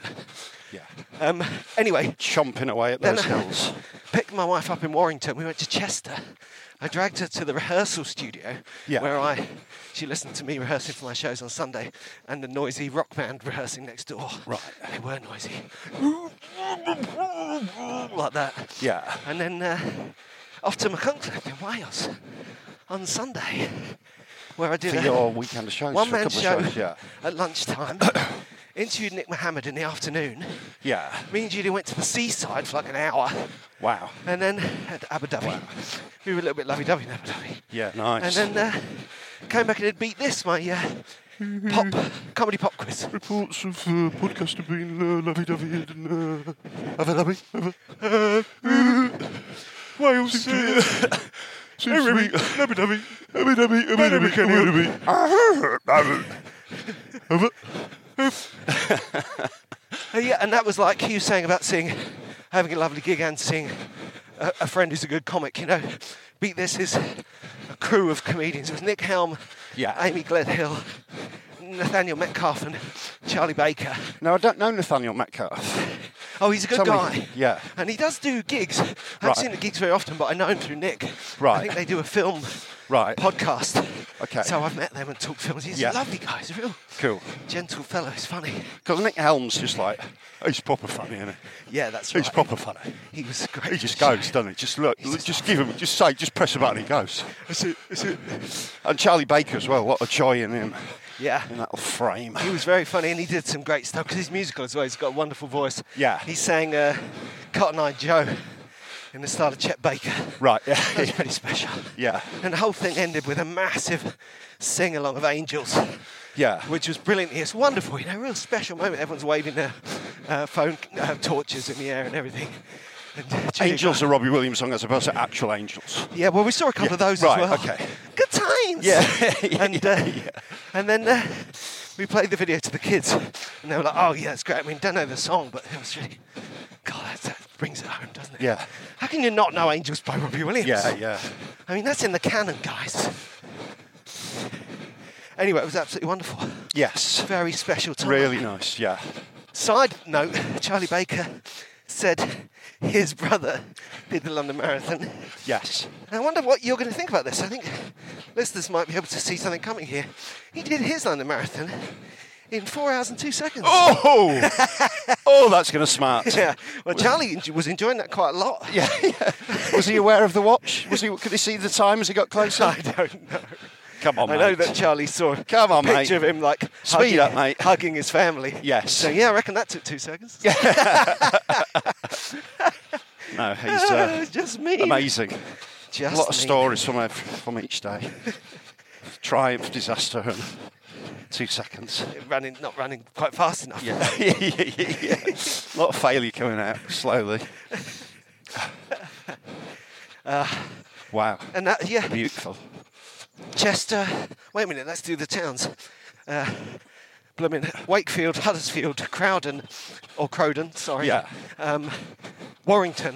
S3: Yeah.
S2: Um, anyway,
S3: Chomping away at
S2: Then,
S3: those
S2: uh,
S3: hills.
S2: picked my wife up in Warrington. We went to Chester. I dragged her to the rehearsal studio
S3: Yeah.
S2: where I she listened to me rehearsing for my shows on Sunday and the noisy rock band rehearsing next door.
S3: Right.
S2: They were noisy. like that.
S3: Yeah.
S2: And then uh, off to McCuncliffe in Wales on Sunday where I did
S3: For
S2: a
S3: your weekend of shows.
S2: one
S3: for a
S2: man
S3: couple
S2: show
S3: Of shows, yeah.
S2: at lunchtime. Interviewed Nick Mohammed in the afternoon.
S3: Yeah.
S2: Me and Judy went to the seaside for like an hour.
S3: Wow.
S2: And then at Abu Dhabi, we were a little bit lovey-dovey in Abu Dhabi.
S3: Yeah, nice.
S2: And then uh, came back and had beat this, my uh, pop comedy pop quiz.
S3: Mm-hmm. Reports of uh, podcast have been uh, lovey-dovey and uh, lovey-dovey. uh, Wales is doing it. Seems to be lovey-dovey. Lovey-dovey. Lovey-dovey. Lovey-dovey.
S2: Uh, yeah, and that was like he was saying about seeing, having a lovely gig and seeing a, a friend who's a good comic, you know. Beat This is a crew of comedians. It was Nick Helm,
S3: Yeah.
S2: Amy Gledhill, Nathaniel Metcalf, and Charlie Baker.
S3: No, I don't know Nathaniel Metcalf.
S2: Oh, he's a good
S3: Somebody-
S2: guy.
S3: yeah.
S2: And he does do gigs. I
S3: Right.
S2: haven't seen the gigs very often, but I know him through Nick. I
S3: Right.
S2: think they do a film
S3: Right.
S2: podcast.
S3: Okay.
S2: So I've met them and talked films. He's
S3: Yeah.
S2: a lovely guy. He's a real
S3: Cool.
S2: gentle fellow. He's funny.
S3: Because Nick Helm's just like, he's proper funny, isn't
S2: Yeah, that's
S3: he?
S2: right.
S3: He's proper funny.
S2: He was great.
S3: He just goes, doesn't he? Just look, look, just give him, just say, just press a button, he goes.
S2: That's it, that's it.
S3: And Charlie Baker as well, what a joy in him.
S2: Yeah.
S3: In that little frame.
S2: He was very funny and he did some great stuff because he's musical as well. He's got a wonderful voice.
S3: Yeah.
S2: He sang uh, Cotton Eye Joe in the style of Chet Baker.
S3: Right,
S2: That was
S3: yeah.
S2: pretty special.
S3: yeah.
S2: And the whole thing ended with a massive sing along of Angels,
S3: Yeah.
S2: which was brilliant. It's wonderful, you know, a real special moment. Everyone's waving their uh, phone uh, torches in the air and everything. And Julia
S3: Angels are Robbie Williams song as opposed to actual angels.
S2: Yeah, well, we saw a couple of those
S3: right,
S2: as well.
S3: okay.
S2: Good times.
S3: Yeah,
S2: and uh, and then uh, we played the video to the kids, and they were like, "Oh yeah, that's great." I mean, don't know the song, but it was really, God, that, that brings it home, doesn't it?
S3: Yeah.
S2: How can you not know "Angels" by Robbie Williams?
S3: Yeah, yeah.
S2: I mean, that's in the canon, guys. Anyway, it was absolutely wonderful.
S3: Yes.
S2: Very special time.
S3: Really nice, yeah.
S2: Side note: Charlie Baker said his brother did the London Marathon.
S3: Yes.
S2: I wonder what you're going to think about this. I think listeners might be able to see something coming here. He did his London Marathon in four hours and two seconds.
S3: Oh! oh, that's going to smart.
S2: Yeah. Well, Charlie en- was enjoying that quite a lot. Yeah.
S3: Was he aware of the watch? Was he? Could he see the time as he got closer?
S2: I don't know.
S3: Come on,
S2: I
S3: Oh, mate.
S2: know that Charlie saw a
S3: Come on,
S2: picture
S3: mate.
S2: of him like
S3: Speed
S2: hugging,
S3: up, mate.
S2: hugging his family.
S3: Yes.
S2: So yeah, I reckon that took two seconds.
S3: No, he's uh,
S2: just me.
S3: amazing.
S2: Just
S3: a lot of
S2: me.
S3: stories from ev- from each day. Triumph, disaster, and two seconds.
S2: Running, not running quite fast enough.
S3: Yeah. A lot of failure coming out slowly.
S2: Uh,
S3: wow.
S2: And that, yeah,
S3: Beautiful.
S2: Chester. Wait a minute, let's do the towns. Uh, blooming Wakefield, Huddersfield, Crowdon, or Crowdon, sorry.
S3: Yeah.
S2: Um, Warrington,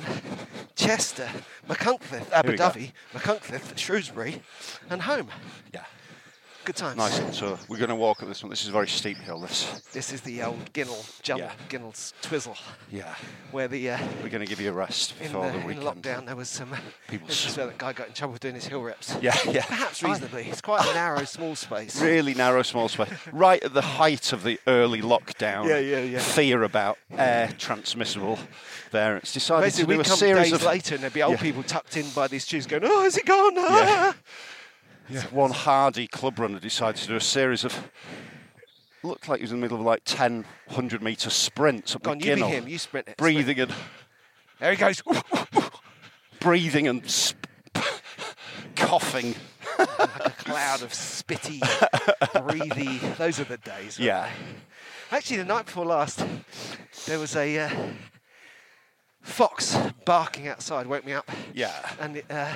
S2: Chester, McCuncliffe,
S3: Here
S2: Abu
S3: we go.
S2: Dhabi, McCuncliffe, Shrewsbury, and home.
S3: Yeah.
S2: Good times.
S3: Nice. So we're going to walk up this one. This is a very steep hill. This.
S2: This is the old Ginnell, Jum,
S3: Yeah.
S2: Ginnell's Twizzle,
S3: Yeah.
S2: where the uh,
S3: We're going to give you a rest
S2: in,
S3: before
S2: the,
S3: the,
S2: in
S3: weekend.
S2: lockdown there was some.
S3: People
S2: This is
S3: s-
S2: where that guy got in trouble doing his hill reps.
S3: Yeah, yeah.
S2: Perhaps reasonably. It's quite a narrow, small space.
S3: Really narrow, small space. Right at the height of the early lockdown.
S2: Yeah, yeah, yeah.
S3: Fear about air transmissible. There, it's decided
S2: Basically,
S3: to do
S2: we'd
S3: a
S2: come
S3: series
S2: days
S3: of
S2: later and there'd be old
S3: Yeah.
S2: people tucked in by these tubes going, oh, is it gone?
S3: Yeah.
S2: Ah."
S3: One hardy club runner decided to do a series of looked like he was in the middle of like 10, 100 metre sprints up
S2: Go
S3: the
S2: on, you be
S3: Ginnell.
S2: him, you sprint it.
S3: breathing and
S2: There he goes. like
S3: breathing and sp- coughing.
S2: a cloud of spitty, breathy. Those are the days. right?
S3: Yeah,
S2: Actually, the night before last, there was a uh, fox barking outside, woke me up.
S3: yeah.
S2: And it, uh,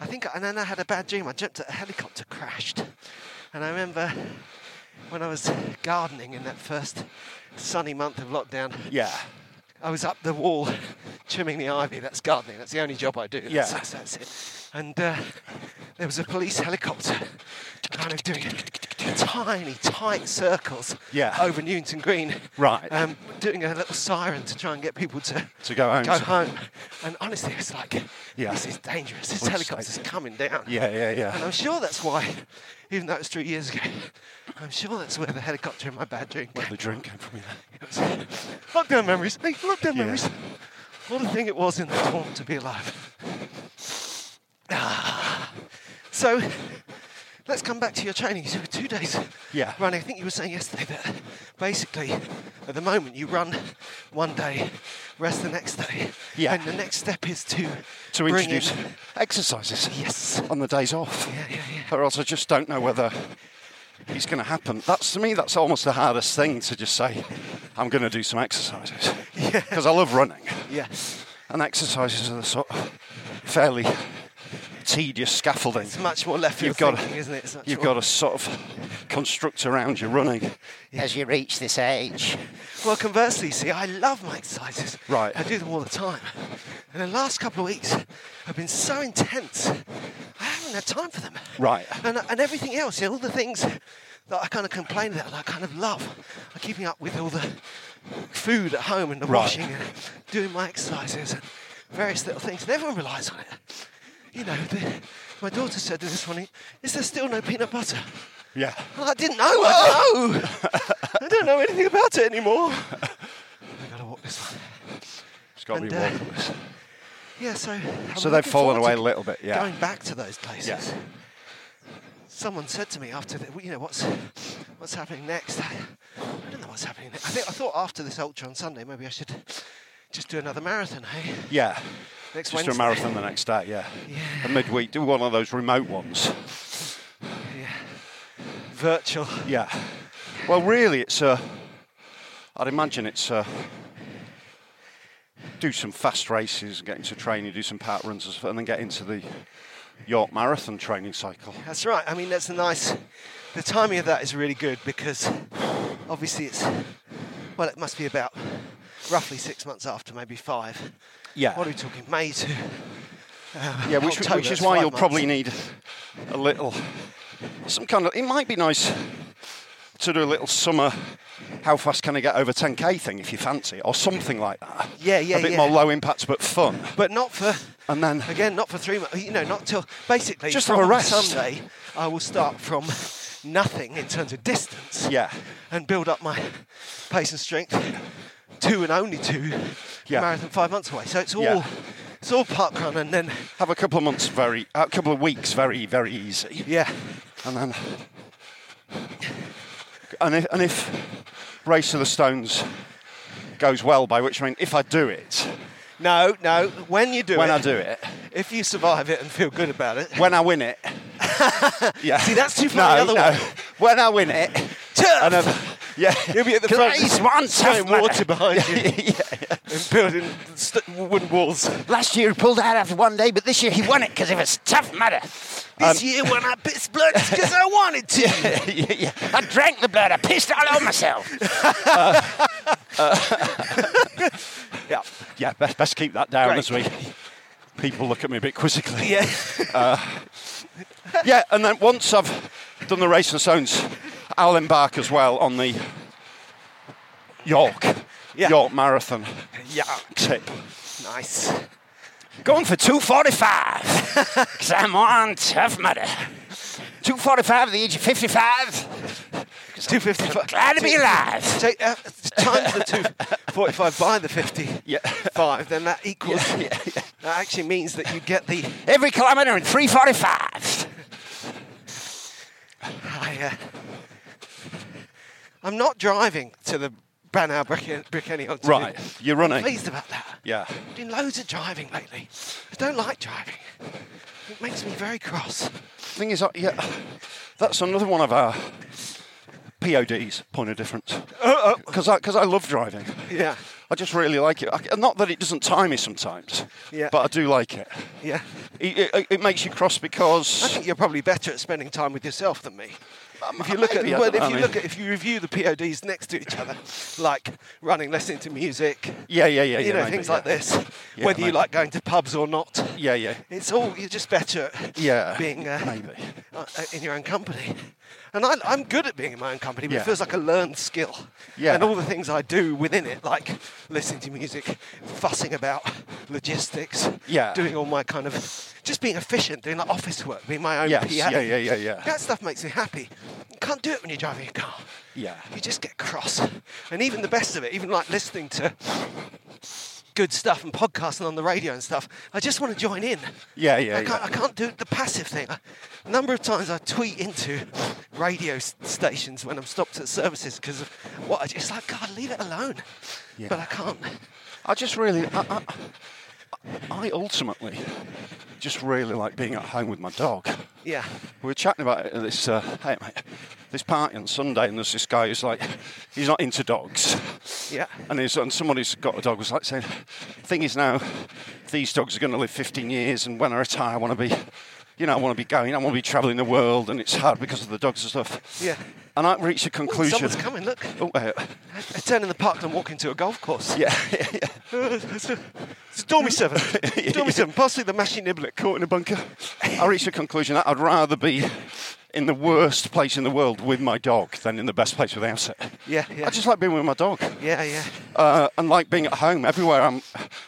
S2: I think, and then I had a bad dream. I dreamt that a helicopter crashed. And I remember when I was gardening in that first sunny month of lockdown,
S3: Yeah.
S2: I was up the wall trimming the ivy. That's gardening. That's the only job I do. That's,
S3: Yeah.
S2: that's, that's it. And uh, there was a police helicopter kind of doing tiny, tight circles
S3: Yeah.
S2: over Newington Green.
S3: Right.
S2: Um, doing a little siren to try and get people to,
S3: To go home.
S2: Go home. And honestly, it's like,
S3: Yeah.
S2: this is dangerous. This
S3: Well, it's
S2: helicopter's
S3: like-
S2: coming down.
S3: Yeah, yeah,
S2: And
S3: yeah.
S2: I'm sure that's why, even though it's three years ago, I'm sure that's where the helicopter in my bad dream came
S3: The drink came from you there.
S2: it was lockdown memories. Hey, lockdown
S3: Yeah.
S2: memories. What a thing it was in the dorm to be alive. Ah. So, let's come back to your training. You were two days
S3: Yeah.
S2: running. I think you were saying yesterday that basically at the moment you run one day, rest the next day.
S3: Yeah.
S2: And the next step is to
S3: to
S2: bring in-
S3: introduce exercises
S2: Yes.
S3: on the days off.
S2: Yeah, yeah, yeah.
S3: Or else I just don't know whether it's going to happen. That's to me, that's almost the hardest thing to just say, I'm going to do some exercises. Because I love running,
S2: Yes.
S3: and exercises are the sort of fairly tedious scaffolding.
S2: It's much more left
S3: You've
S2: field
S3: got,
S2: thinking, isn't it? It's much
S3: you've
S2: more-
S3: got to sort of construct around your running.
S4: As you reach this age,
S2: Well, conversely, see, I love my exercises.
S3: Right.
S2: I do them all the time. And the last couple of weeks have been so intense, I haven't had time for them.
S3: Right.
S2: And, and everything else, you know, all the things that I kind of complain about, I kind of love, are keeping up with all the food at home and the
S3: Right.
S2: washing and doing my exercises and various little things. And everyone relies on it. You know, the, my daughter said to this morning, is there still no peanut butter?
S3: Yeah.
S2: I didn't know. I don't know. I don't know anything about it anymore. I gotta walk this one.
S3: It's got to be
S2: And, uh,
S3: walkable.
S2: Yeah, so I'm
S3: So they've
S2: looking
S3: fallen
S2: forward
S3: away
S2: to
S3: a little bit, yeah.
S2: Going back to those places.
S3: Yeah.
S2: Someone said to me after the, you know what's what's happening next. I, I don't know what's happening next. I think I thought after this ultra on Sunday maybe I should just do another marathon. Hey,
S3: Yeah. Just
S2: next
S3: do a
S2: Wednesday.
S3: marathon the next day, yeah. A midweek, do one of those remote ones.
S2: Virtual.
S3: Yeah. Well, really, it's a. I'd imagine it's a. Do some fast races, get into training, do some part runs, and stuff, and then get into the York Marathon training cycle.
S2: That's right. I mean, that's a nice. The timing of that is really good because obviously it's. Well, it must be about roughly six months after, maybe five.
S3: Yeah.
S2: What are we talking? May to. Um,
S3: Yeah, which,
S2: October,
S3: which is
S2: that's
S3: why
S2: five
S3: you'll
S2: months.
S3: probably need a little, some kind of. It might be nice to do a little summer. How fast can I get over 10k thing if you fancy, it, or something like that.
S2: Yeah, yeah,
S3: A bit
S2: yeah.
S3: more low impact but fun.
S2: But not for.
S3: And then
S2: Again, not for three months. You know, not till basically.
S3: Just
S2: from
S3: have a rest.
S2: Sunday, I will start from nothing in terms of distance.
S3: Yeah.
S2: And build up my pace and strength. Two and only two.
S3: Yeah.
S2: Marathon five months away. So it's all.
S3: Yeah.
S2: It's all parkrun and then
S3: have a couple of months very, a couple of weeks very, very easy.
S2: yeah,
S3: and then and if, and if race of the stones goes well by which i mean if i do it
S2: No, no. When you do
S3: when
S2: it,
S3: i do it
S2: if you survive it and feel good about it,
S3: when i win it yeah
S2: See, that's too far
S3: no,
S2: the other
S3: no.
S2: way.
S3: when i win it and I've, yeah
S2: You'll be at the
S3: 'Cause
S2: front,
S3: race one
S2: throwing
S3: tough
S2: water
S3: man.
S2: behind you
S3: Yeah.
S2: and building st- wooden walls.
S4: last year he pulled out after one day, but this year he won it because it was tough matter.
S2: This year when I pissed blood, because I wanted to.
S3: yeah, yeah.
S4: I drank the blood. I pissed all over myself.
S2: yeah,
S3: yeah best, best keep that down
S2: Great.
S3: as we people look at me a bit quizzically
S2: yeah.
S3: yeah, and then once I've done the race of the stones, I'll embark as well on the York
S2: Yeah.
S3: York Marathon
S2: Yeah.
S3: tip.
S2: Nice.
S4: Going for 245 because I'm on tough mudder. 245 at the age of 55.
S2: Two fifty.
S4: Glad to be alive.
S2: Take uh, times the two forty-five by the fifty.
S3: Yeah.
S2: Five. Then that equals. That actually means that you get the.
S4: Every kilometre in 345.
S2: I, uh, I'm not driving to the Banau Brickany Old
S3: Right, you're running.
S2: Pleased about that.
S3: Yeah.
S2: Been loads of driving lately. I don't like driving. It makes me very cross.
S3: Thing is, uh, yeah, that's another one of our PODs, point of difference. Because I, 'cause I love driving.
S2: Oh. Yeah.
S3: I just really like it. I, not that it doesn't time me sometimes,
S2: Yeah.
S3: but I do like it.
S2: Yeah.
S3: It, it, it makes you cross because.
S2: I think you're probably better at spending time with yourself than me. If you look
S3: Uh, maybe, I
S2: at well,
S3: don't know,
S2: if you
S3: I mean-
S2: look at if you review the PODs next to each other, like running, listening to music,
S3: yeah, yeah, yeah.
S2: you
S3: yeah,
S2: know,
S3: maybe,
S2: things
S3: yeah.
S2: like this.
S3: Yeah,
S2: whether you
S3: maybe.
S2: like going to pubs or not.
S3: Yeah, yeah.
S2: It's all you're just better at
S3: Yeah,
S2: being uh,
S3: maybe.
S2: uh, in your own company. And I, I'm good at being in my own company, but
S3: Yeah.
S2: it feels like a learned skill.
S3: Yeah.
S2: And all the things I do within it, like listening to music, fussing about logistics,
S3: Yeah.
S2: doing all my kind of just being efficient, doing like office work, being my own
S3: Yes,
S2: PA.
S3: yeah, yeah, yeah, yeah.
S2: That stuff makes me happy. You can't do it when you're driving a car.
S3: Yeah.
S2: You just get cross. And even the best of it, even like listening to good stuff and podcasting on the radio and stuff. I just want to join in.
S3: Yeah, yeah,
S2: I can't,
S3: yeah.
S2: I can't do the passive thing. I, a number of times I tweet into radio s- stations when I'm stopped at services because of what I just like. God, leave it alone. But I can't.
S3: I just really, I, I, I ultimately just really like being at home with my dog.
S2: Yeah.
S3: We were chatting about it at this, uh, hey mate, this party on Sunday, and there's this guy who's like, he's not into dogs.
S2: Yeah.
S3: And, he's, and somebody's got a dog was like saying, thing is now, these dogs are going to live 15 years, and when I retire, I want to be, you know, I want to be going, I want to be travelling the world, and it's hard because of the dogs and stuff.
S2: Yeah.
S3: And I reached a conclusion.
S2: Someone's coming. Look.
S3: Oh, uh,
S2: I, I turn in the park and walk into a golf course.
S3: yeah, yeah.
S2: it's a it's a Dormy Seven. Dormy Seven. Possibly the Mashie Niblick.
S3: caught in a bunker. I reached the conclusion that I'd rather be in the worst place in the world with my dog than in the best place without it.
S2: Yeah, yeah.
S3: I just like being with my dog.
S2: Yeah, yeah.
S3: Uh, and like being at home, everywhere I'm,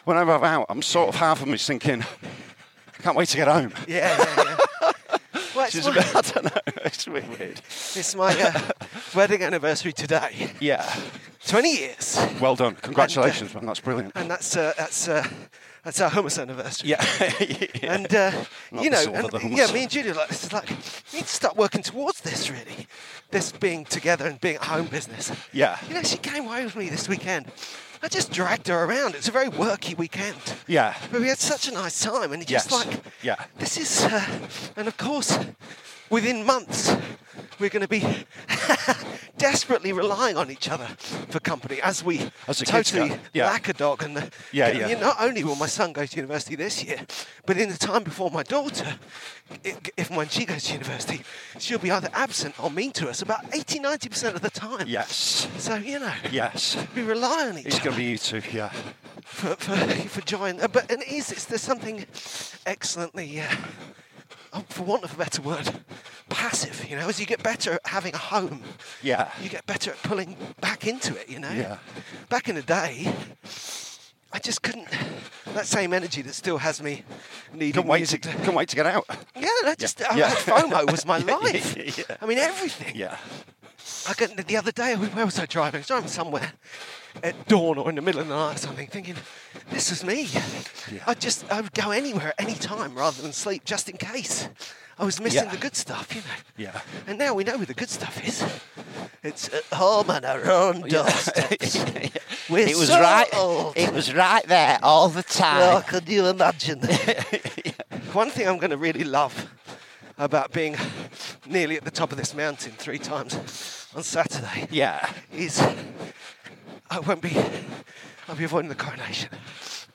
S3: whenever I'm out, I'm sort of half of me's thinking, I can't wait to get home.
S2: Yeah, yeah, yeah. well,
S3: Which
S2: it's
S3: is
S2: my,
S3: a bit- I don't know, it's a bit weird.
S2: it's my uh, wedding anniversary today.
S3: Yeah.
S2: 20 years.
S3: Well done. Congratulations, man. That's brilliant.
S2: And that's uh, that's uh, that's our hummus anniversary.
S3: yeah.
S2: And uh,
S3: Not
S2: you
S3: the
S2: know,
S3: sort of the
S2: and,
S3: hummus.
S2: yeah, me and Judy are like this is like we need to start working towards this really. This being together and being at home business.
S3: Yeah.
S2: You know, she came home with me this weekend. I just dragged her around. It's a very worky weekend.
S3: Yeah.
S2: But we had such a nice time, and it's
S3: Yes.
S2: just like,
S3: Yeah.
S2: this is, uh, and of course, within months, we're going to be desperately relying on each other for company as we
S3: As the kids
S2: totally
S3: go, yeah.
S2: lack a dog. And the,
S3: Yeah,
S2: you
S3: yeah.
S2: know, not only will my son go to university this year, but in the time before my daughter, i- if when she goes to university, she'll be either absent or mean to us about 80 90% of the time.
S3: Yes.
S2: So, you know,
S3: Yes.
S2: we rely on each
S3: It's
S2: other
S3: going to be you two, yeah.
S2: for, for, for join. Uh, but and it is, it's, there's something excellently, uh, oh, for want of a better word, passive. You know, as you get better at having a home,
S3: Yeah.
S2: you get better at pulling back into it. You know,
S3: Yeah.
S2: Back in the day, I just couldn't. That same energy that still has me needing
S3: Can't wait, to,
S2: music. to-
S3: can't wait to get out.
S2: yeah, I just I
S3: yeah.
S2: had FOMO was my
S3: Yeah, yeah,
S2: life.
S3: yeah, yeah.
S2: I mean everything.
S3: Yeah.
S2: I got, the other day, where was I driving? I was driving somewhere at dawn or in the middle of the night or something, thinking, this is me. I'd just, I would go anywhere at any time rather than sleep, just in case. I was missing
S3: Yeah.
S2: the good stuff, you know.
S3: Yeah.
S2: And now we know where the good stuff is. It's at home and around doorsteps. We're
S4: It was
S2: so
S4: right.
S2: old.
S4: It was right there all the
S2: Oh,
S4: time.
S2: could you imagine? One thing I'm going to really love about being nearly at the top of this mountain three times on Saturday
S3: Yeah.
S2: is I won't be. I'll be avoiding the coronation.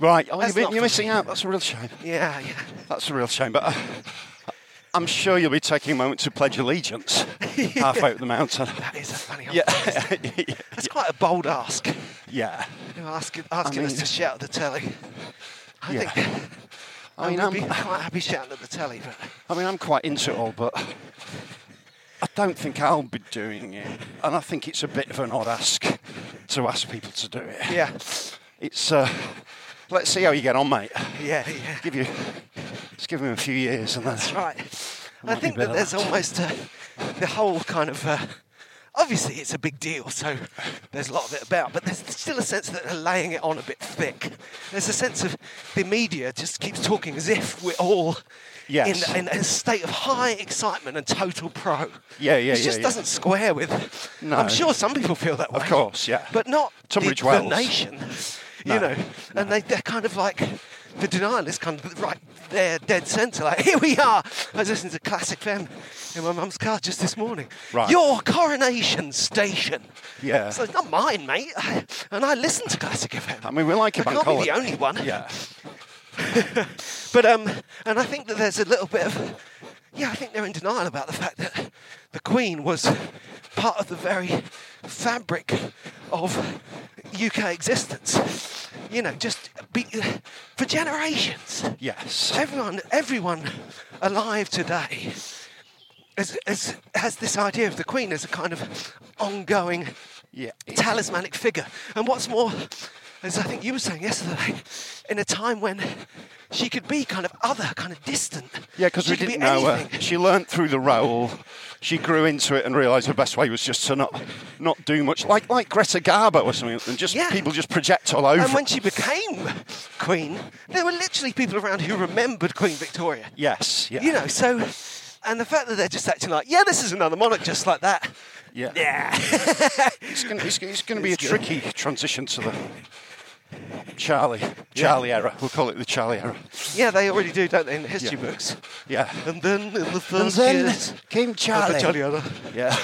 S3: Right. Oh,
S2: That's
S3: you're,
S2: not
S3: you're
S2: for
S3: missing
S2: me.
S3: out. That's a real shame.
S2: Yeah, yeah.
S3: That's a real shame. But uh, I'm sure you'll be taking a moment to pledge allegiance halfway up the mountain.
S2: That is a funny.
S3: Yeah.
S2: Yeah. That's quite a bold ask. You
S3: yeah.
S2: know, asking asking us
S3: mean-
S2: to shout at the telly. I
S3: Yeah.
S2: think I
S3: I mean,
S2: would be
S3: I'm,
S2: quite happy shouting at the telly, but
S3: I mean, I'm quite into it all, but I don't think I'll be doing it. And I think it's a bit of an odd ask to ask people to do it.
S2: yeah,
S3: It's, uh, let's see how you get on, mate.
S2: yeah, yeah.
S3: Give you, just give him a few years and then.
S2: That's right. I
S3: might be
S2: think that
S3: better
S2: there's
S3: at that.
S2: almost uh the whole kind of. Uh, obviously, it's a big deal, so there's a lot of it about, but there's still a sense that they're laying it on a bit thick. There's a sense of the media just keeps talking as if we're all.
S3: Yes.
S2: In, in a state of high excitement and total pro.
S3: Yeah, yeah,
S2: It just
S3: yeah, yeah.
S2: doesn't square with.
S3: No.
S2: I'm sure some people feel that way.
S3: Of course, yeah.
S2: But not
S3: Tunbridge
S2: the, the
S3: Wells.
S2: nation.
S3: No,
S2: You know, and they, they're kind of like the denial is kind of right there, dead centre. Like here we are. I was listening to Classic Femme in my mum's car just this morning.
S3: Right.
S2: Your coronation station.
S3: Yeah.
S2: So it's not mine, mate. I, and I listen to Classic FM.
S3: I mean, we like a
S2: I
S3: bank
S2: can't be
S3: holiday.
S2: the only one.
S3: Yeah.
S2: But um, and I think that there's a little bit of, yeah, I think they're in denial about the fact that the Queen was part of the very fabric of UK existence. You know, just be, for generations.
S3: Yes.
S2: Everyone, everyone alive today has, has, has this idea of the Queen as a kind of ongoing
S3: Yeah.
S2: talismanic figure. And what's more as I think you were saying yesterday, in a time when she could be kind of other, kind of distant.
S3: Yeah, because we
S2: She could
S3: didn't
S2: be
S3: know her.
S2: anything.
S3: She learnt through the role. She grew into it and realised the best way was just to not not do much, like like Greta Garbo or something, and just
S2: Yeah.
S3: people just project all over.
S2: And when she became Queen, there were literally people around who remembered Queen Victoria.
S3: yes, yeah,
S2: You know, so, and the fact that they're just acting like, yeah, this is another monarch just like that.
S3: yeah.
S2: Yeah.
S3: It's going to it's, gonna- it's gonna be a tricky transition to the Charlie Charlie era. We'll call it the Charlie era.
S2: yeah, they already do, don't they, in the history
S3: Yeah.
S2: books?
S3: Yeah,
S2: And then in the
S3: And
S2: first
S3: then
S2: years
S3: came
S2: of the
S3: Charlie.
S2: Charlie
S3: yeah,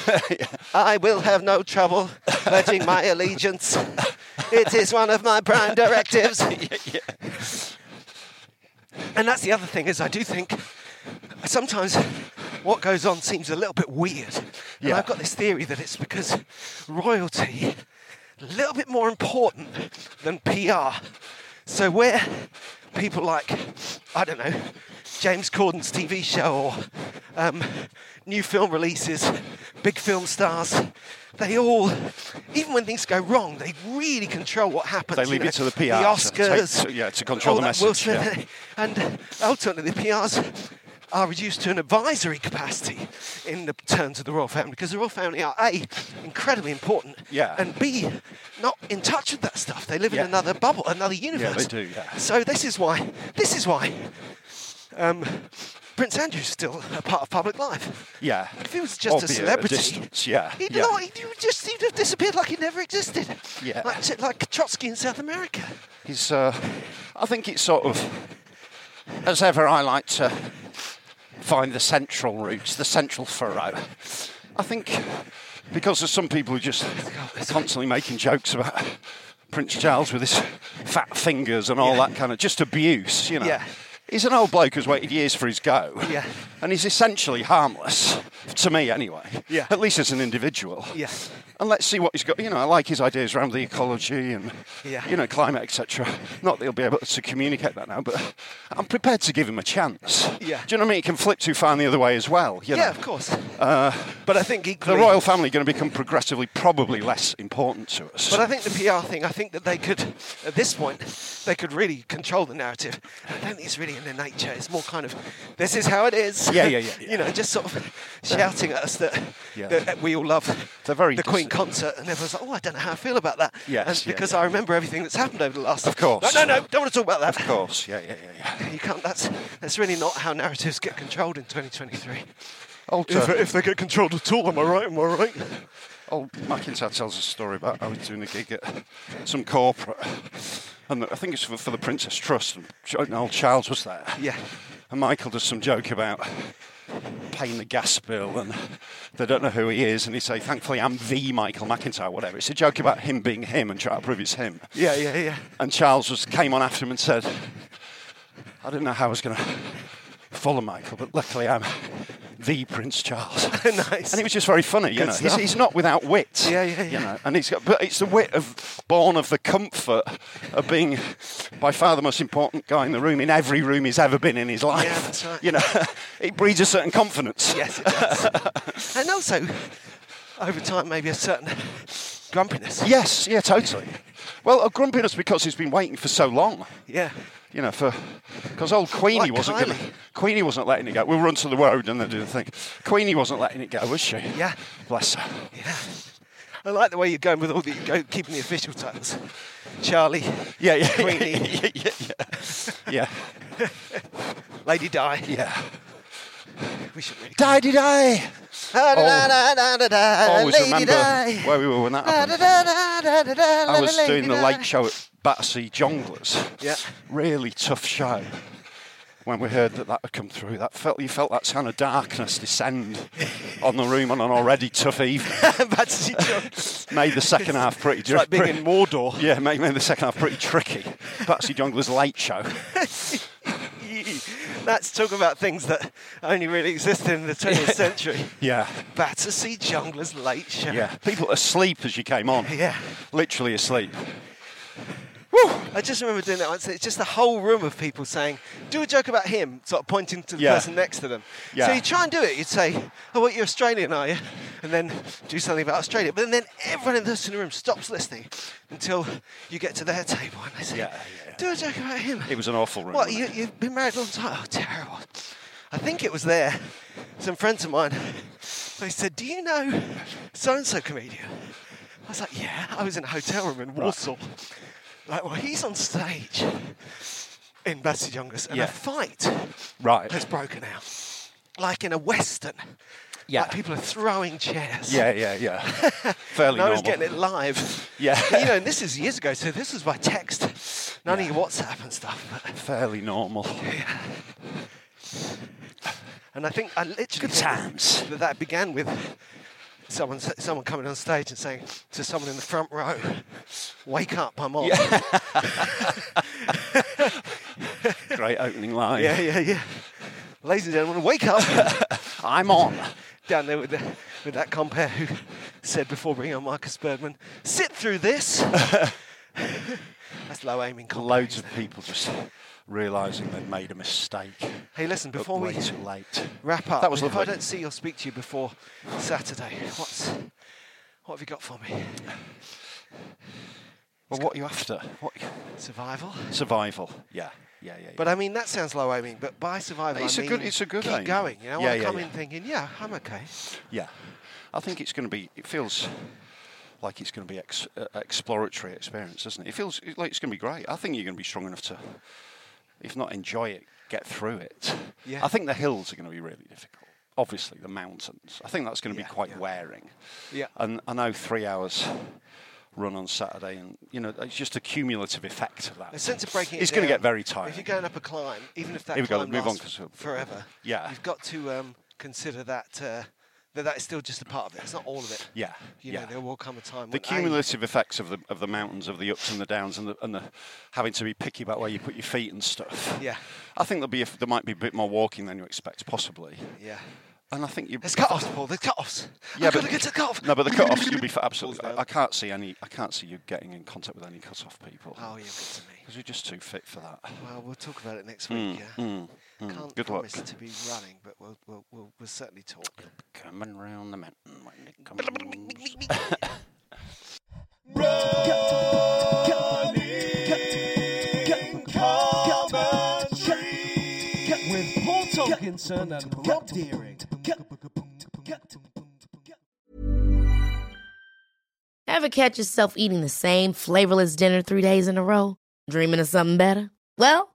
S2: I will have no trouble pledging my allegiance. It is one of my prime directives. And that's the other thing is I do think sometimes what goes on seems a little bit weird. And
S3: Yeah.
S2: I've got this theory that it's because royalty a little bit more important than PR. So where people like I don't know James Corden's TV show or um, new film releases, big film stars, they all even when things go wrong, they really control what happens.
S3: They
S2: you
S3: leave
S2: know,
S3: it to the
S2: The
S3: PR to take-
S2: Oscars,
S3: to- yeah, to control
S2: all
S3: the
S2: that
S3: message,
S2: Wilson,
S3: yeah.
S2: and ultimately the PRs are reduced to an advisory capacity in the terms of the royal family because the royal family are a incredibly important
S3: Yeah.
S2: and b not in touch with that stuff they live
S3: Yeah.
S2: in another bubble another universe
S3: do, yeah.
S2: so this is why this is why um, prince andrew's still a part of public life
S3: Oh, yeah.
S2: if he was just
S3: Albeit
S2: a celebrity
S3: distance, yeah,
S2: he'd,
S3: yeah.
S2: Not, he'd just he'd have disappeared like he never existed
S3: Yeah.
S2: like, like trotsky in south america
S3: He's, uh, I think it's sort of, as ever, I like to find the central routes, the central furrow. I think because there's some people who just constantly making jokes about Prince Charles with his fat fingers and all that kind of just abuse, you know.
S2: Yeah.
S3: He's an old bloke who's waited years for his go.
S2: Yeah.
S3: And he's essentially harmless, to me anyway.
S2: Yeah.
S3: At least as an individual.
S2: Yeah.
S3: And let's see what he's got. You know, I like his ideas around the ecology and,
S2: Yeah.
S3: you know, climate, etc. Not that he'll be able to communicate that now, but I'm prepared to give him a chance.
S2: Yeah.
S3: Do you know what I mean? It can flip too far in the other way as well. you
S2: yeah
S3: know.
S2: of course but i think
S3: The
S2: equally,
S3: royal family are going to become progressively probably less important to us.
S2: But I think the PR thing, I think that they could, at this point, they could really control the narrative. I don't think it's really in their nature. It's more kind of, this is how it is.
S3: Yeah, yeah, yeah, yeah.
S2: you know, just sort of shouting at us that,
S3: Yeah.
S2: that we all love
S3: They're very
S2: the Queen
S3: dis-
S2: concert. And everyone's like, oh, I don't know how I feel about that.
S3: Yes,
S2: And
S3: yeah,
S2: because
S3: yeah.
S2: I remember everything that's happened over the last...
S3: Of course.
S2: No, no, no, don't want to talk about that.
S3: of course, yeah, yeah, yeah, yeah.
S2: You can't, that's, that's really not how narratives get controlled in 2023.
S3: Old,
S2: If,
S3: uh,
S2: if they get controlled at all, am I right? Am I right?
S3: old McIntyre tells a story about how he's doing a gig at some corporate, and I think it's for, for the Princess Trust. And Ch- and old Charles was there.
S2: Yeah.
S3: And Michael does some joke about paying the gas bill, and they don't know who he is, and he say, "Thankfully, I'm the Michael McIntyre." Whatever. It's a joke about him being him and trying to prove it's him.
S2: Yeah, yeah, yeah.
S3: And Charles was, came on after him and said, I didn't know how I was going to follow Michael, but luckily I'm the Prince Charles.
S2: Nice.
S3: And it was just very funny, you
S2: Good
S3: know. He's,
S2: stuff.
S3: he's not without wit.
S2: Yeah, yeah,
S3: You
S2: yeah.
S3: know, and he's got, but it's the wit of born of the comfort of being by far the most important guy in the room in every room he's ever been in his life.
S2: Yeah, that's right.
S3: You know, it breeds a certain confidence.
S2: Yes, it does. and also, over time, maybe a certain grumpiness.
S3: Yes, yeah, totally. Well, a grumpiness because he's been waiting for so long.
S2: Yeah.
S3: you know, for because old Queenie
S2: Like
S3: wasn't gonna,
S2: Kylie.
S3: Queenie wasn't letting it go. We'll run to the road and then do the thing. Queenie wasn't letting it go, was she?
S2: Yeah.
S3: Bless her.
S2: I like the way you're going with all the go keeping the official titles. Charlie,
S3: Yeah, yeah,
S2: Queenie,
S3: yeah, yeah, yeah,
S2: Lady Di.
S3: yeah.
S2: We should really. Oh,
S3: Die, did I? Always
S2: Lady
S3: remember
S2: Di.
S3: where we were when that happened. I
S2: I
S3: was doing the late show at Battersea Jonglers.
S2: Yeah.
S3: Really tough show. When we heard that that had come through, that felt you felt that sound of darkness descend on the room on an already tough evening.
S2: Battersea Jonglers.
S3: Made the second half pretty.
S2: It's like being
S3: pretty-
S2: in Mordor.
S3: Yeah, made, made the second half pretty tricky. Patsy Jongler's late show.
S2: Let's talk about things that only really existed in the 20th century.
S3: Yeah,
S2: Battersea Jonglers Late Show.
S3: yeah. People asleep as you came on.
S2: Yeah.
S3: Literally asleep.
S2: I just remember doing that once. It's just a whole room of people saying, "Do a joke about him," sort of pointing to the
S3: Yeah.
S2: person next to them. So
S3: Yeah.
S2: you try and do it. You'd say, "Oh, what? You're Australian, are you?" And then do something about Australia. But then everyone in the listening room stops listening until you get to their table and they say,
S3: Yeah, yeah.
S2: "Do a joke about him."
S3: It was an awful room.
S2: What,
S3: wasn't
S2: you,
S3: it?
S2: you've been married a long time? Oh, terrible. I think it was there. Some friends of mine, they said, Do you know so and so comedian? I was like, Yeah, I was in a hotel room in Warsaw. Like, well, he's on stage in Bessie Youngest, and
S3: Yeah.
S2: a fight
S3: Right.
S2: has broken out. Like in a Western.
S3: Yeah.
S2: Like people are throwing chairs.
S3: Yeah, yeah, yeah. Fairly
S2: And I
S3: normal.
S2: was getting it live.
S3: Yeah.
S2: You know, and this is years ago, so this was by text, none of your WhatsApp and stuff. But
S3: Fairly normal.
S2: And I think I literally
S3: Good
S2: think
S3: times.
S2: That, that began with someone s- someone coming on stage and saying to someone in the front row, "Wake up, I'm on." Yeah,
S3: Great opening line.
S2: yeah, yeah. Ladies and gentlemen, wake up!
S3: I'm on.
S2: Down there with, the, with that compare who said before bringing on Marcus Bergman, "Sit through this." That's low aiming. compare,
S3: Loads
S2: isn't
S3: of
S2: it?
S3: people just realising they've made a mistake.
S2: Hey, listen,
S3: But
S2: before we
S3: way too late.
S2: wrap up,
S3: That was
S2: if I
S3: lovely.
S2: don't see or speak to you before Saturday, what's what have you got for me?
S3: Well, what are you after? What?
S2: Survival.
S3: Survival. Yeah. Yeah, yeah. yeah.
S2: But I mean, that sounds low aiming. But by survival,
S3: It's
S2: I
S3: a good-
S2: mean
S3: it's a good
S2: keep
S3: aim.
S2: going. You know,
S3: Yeah,
S2: I
S3: yeah,
S2: come
S3: yeah.
S2: in thinking, yeah, I'm okay.
S3: Yeah, I think it's going to be. It feels like it's going to be ex- uh, exploratory experience, doesn't it? It feels it- like it's going to be great. I think you're going to be strong enough to, if not enjoy it, get through it.
S2: Yeah.
S3: I think the hills are going to be really difficult. Obviously, the mountains. I think that's going to
S2: Yeah,
S3: be quite
S2: yeah.
S3: wearing.
S2: Yeah.
S3: And I know three hours run on Saturday, and you know it's just a cumulative effect of that.
S2: The sense of breaking. It
S3: It's going to
S2: down,
S3: get very tiring.
S2: If you're going up a climb, even if that
S3: Here we go,
S2: climb
S3: move on,
S2: lasts
S3: 'cause we'll-
S2: forever,
S3: Yeah.
S2: you've got to um, consider that uh, that that is still just a part of it. It's not all of it.
S3: Yeah,
S2: You know,
S3: yeah.
S2: there will come a time.
S3: the
S2: when, A,
S3: cumulative effects of the of the mountains, of the ups and the downs, and the, and the having to be picky about where you put your feet and stuff.
S2: Yeah.
S3: I think there'll be a, there might be a bit more walking than you expect, possibly.
S2: Yeah.
S3: And I think you.
S2: There's cut-offs, Paul. There's cut-offs.
S3: Yeah,
S2: I've
S3: but
S2: got to get to the cut-off.
S3: No, but the cut-offs you'll be f- absolutely.
S2: Balls
S3: I,
S2: down.
S3: I can't see any. I can't see you getting in contact with any cut-off people.
S2: Oh, you're good to me.
S3: Because you're just too fit for that. Mm.
S2: Well, we'll talk about it next week. yeah. Can't
S3: Hmm, Good luck.
S2: promise to be running, but we'll we'll, we'll, we'll certainly talk.
S3: Coming round the mountain when it comes.
S1: With Paul Tolkinson and Rob Deering.
S5: Ever catch yourself eating the same flavorless dinner three days in a row? Dreaming of something better? Well,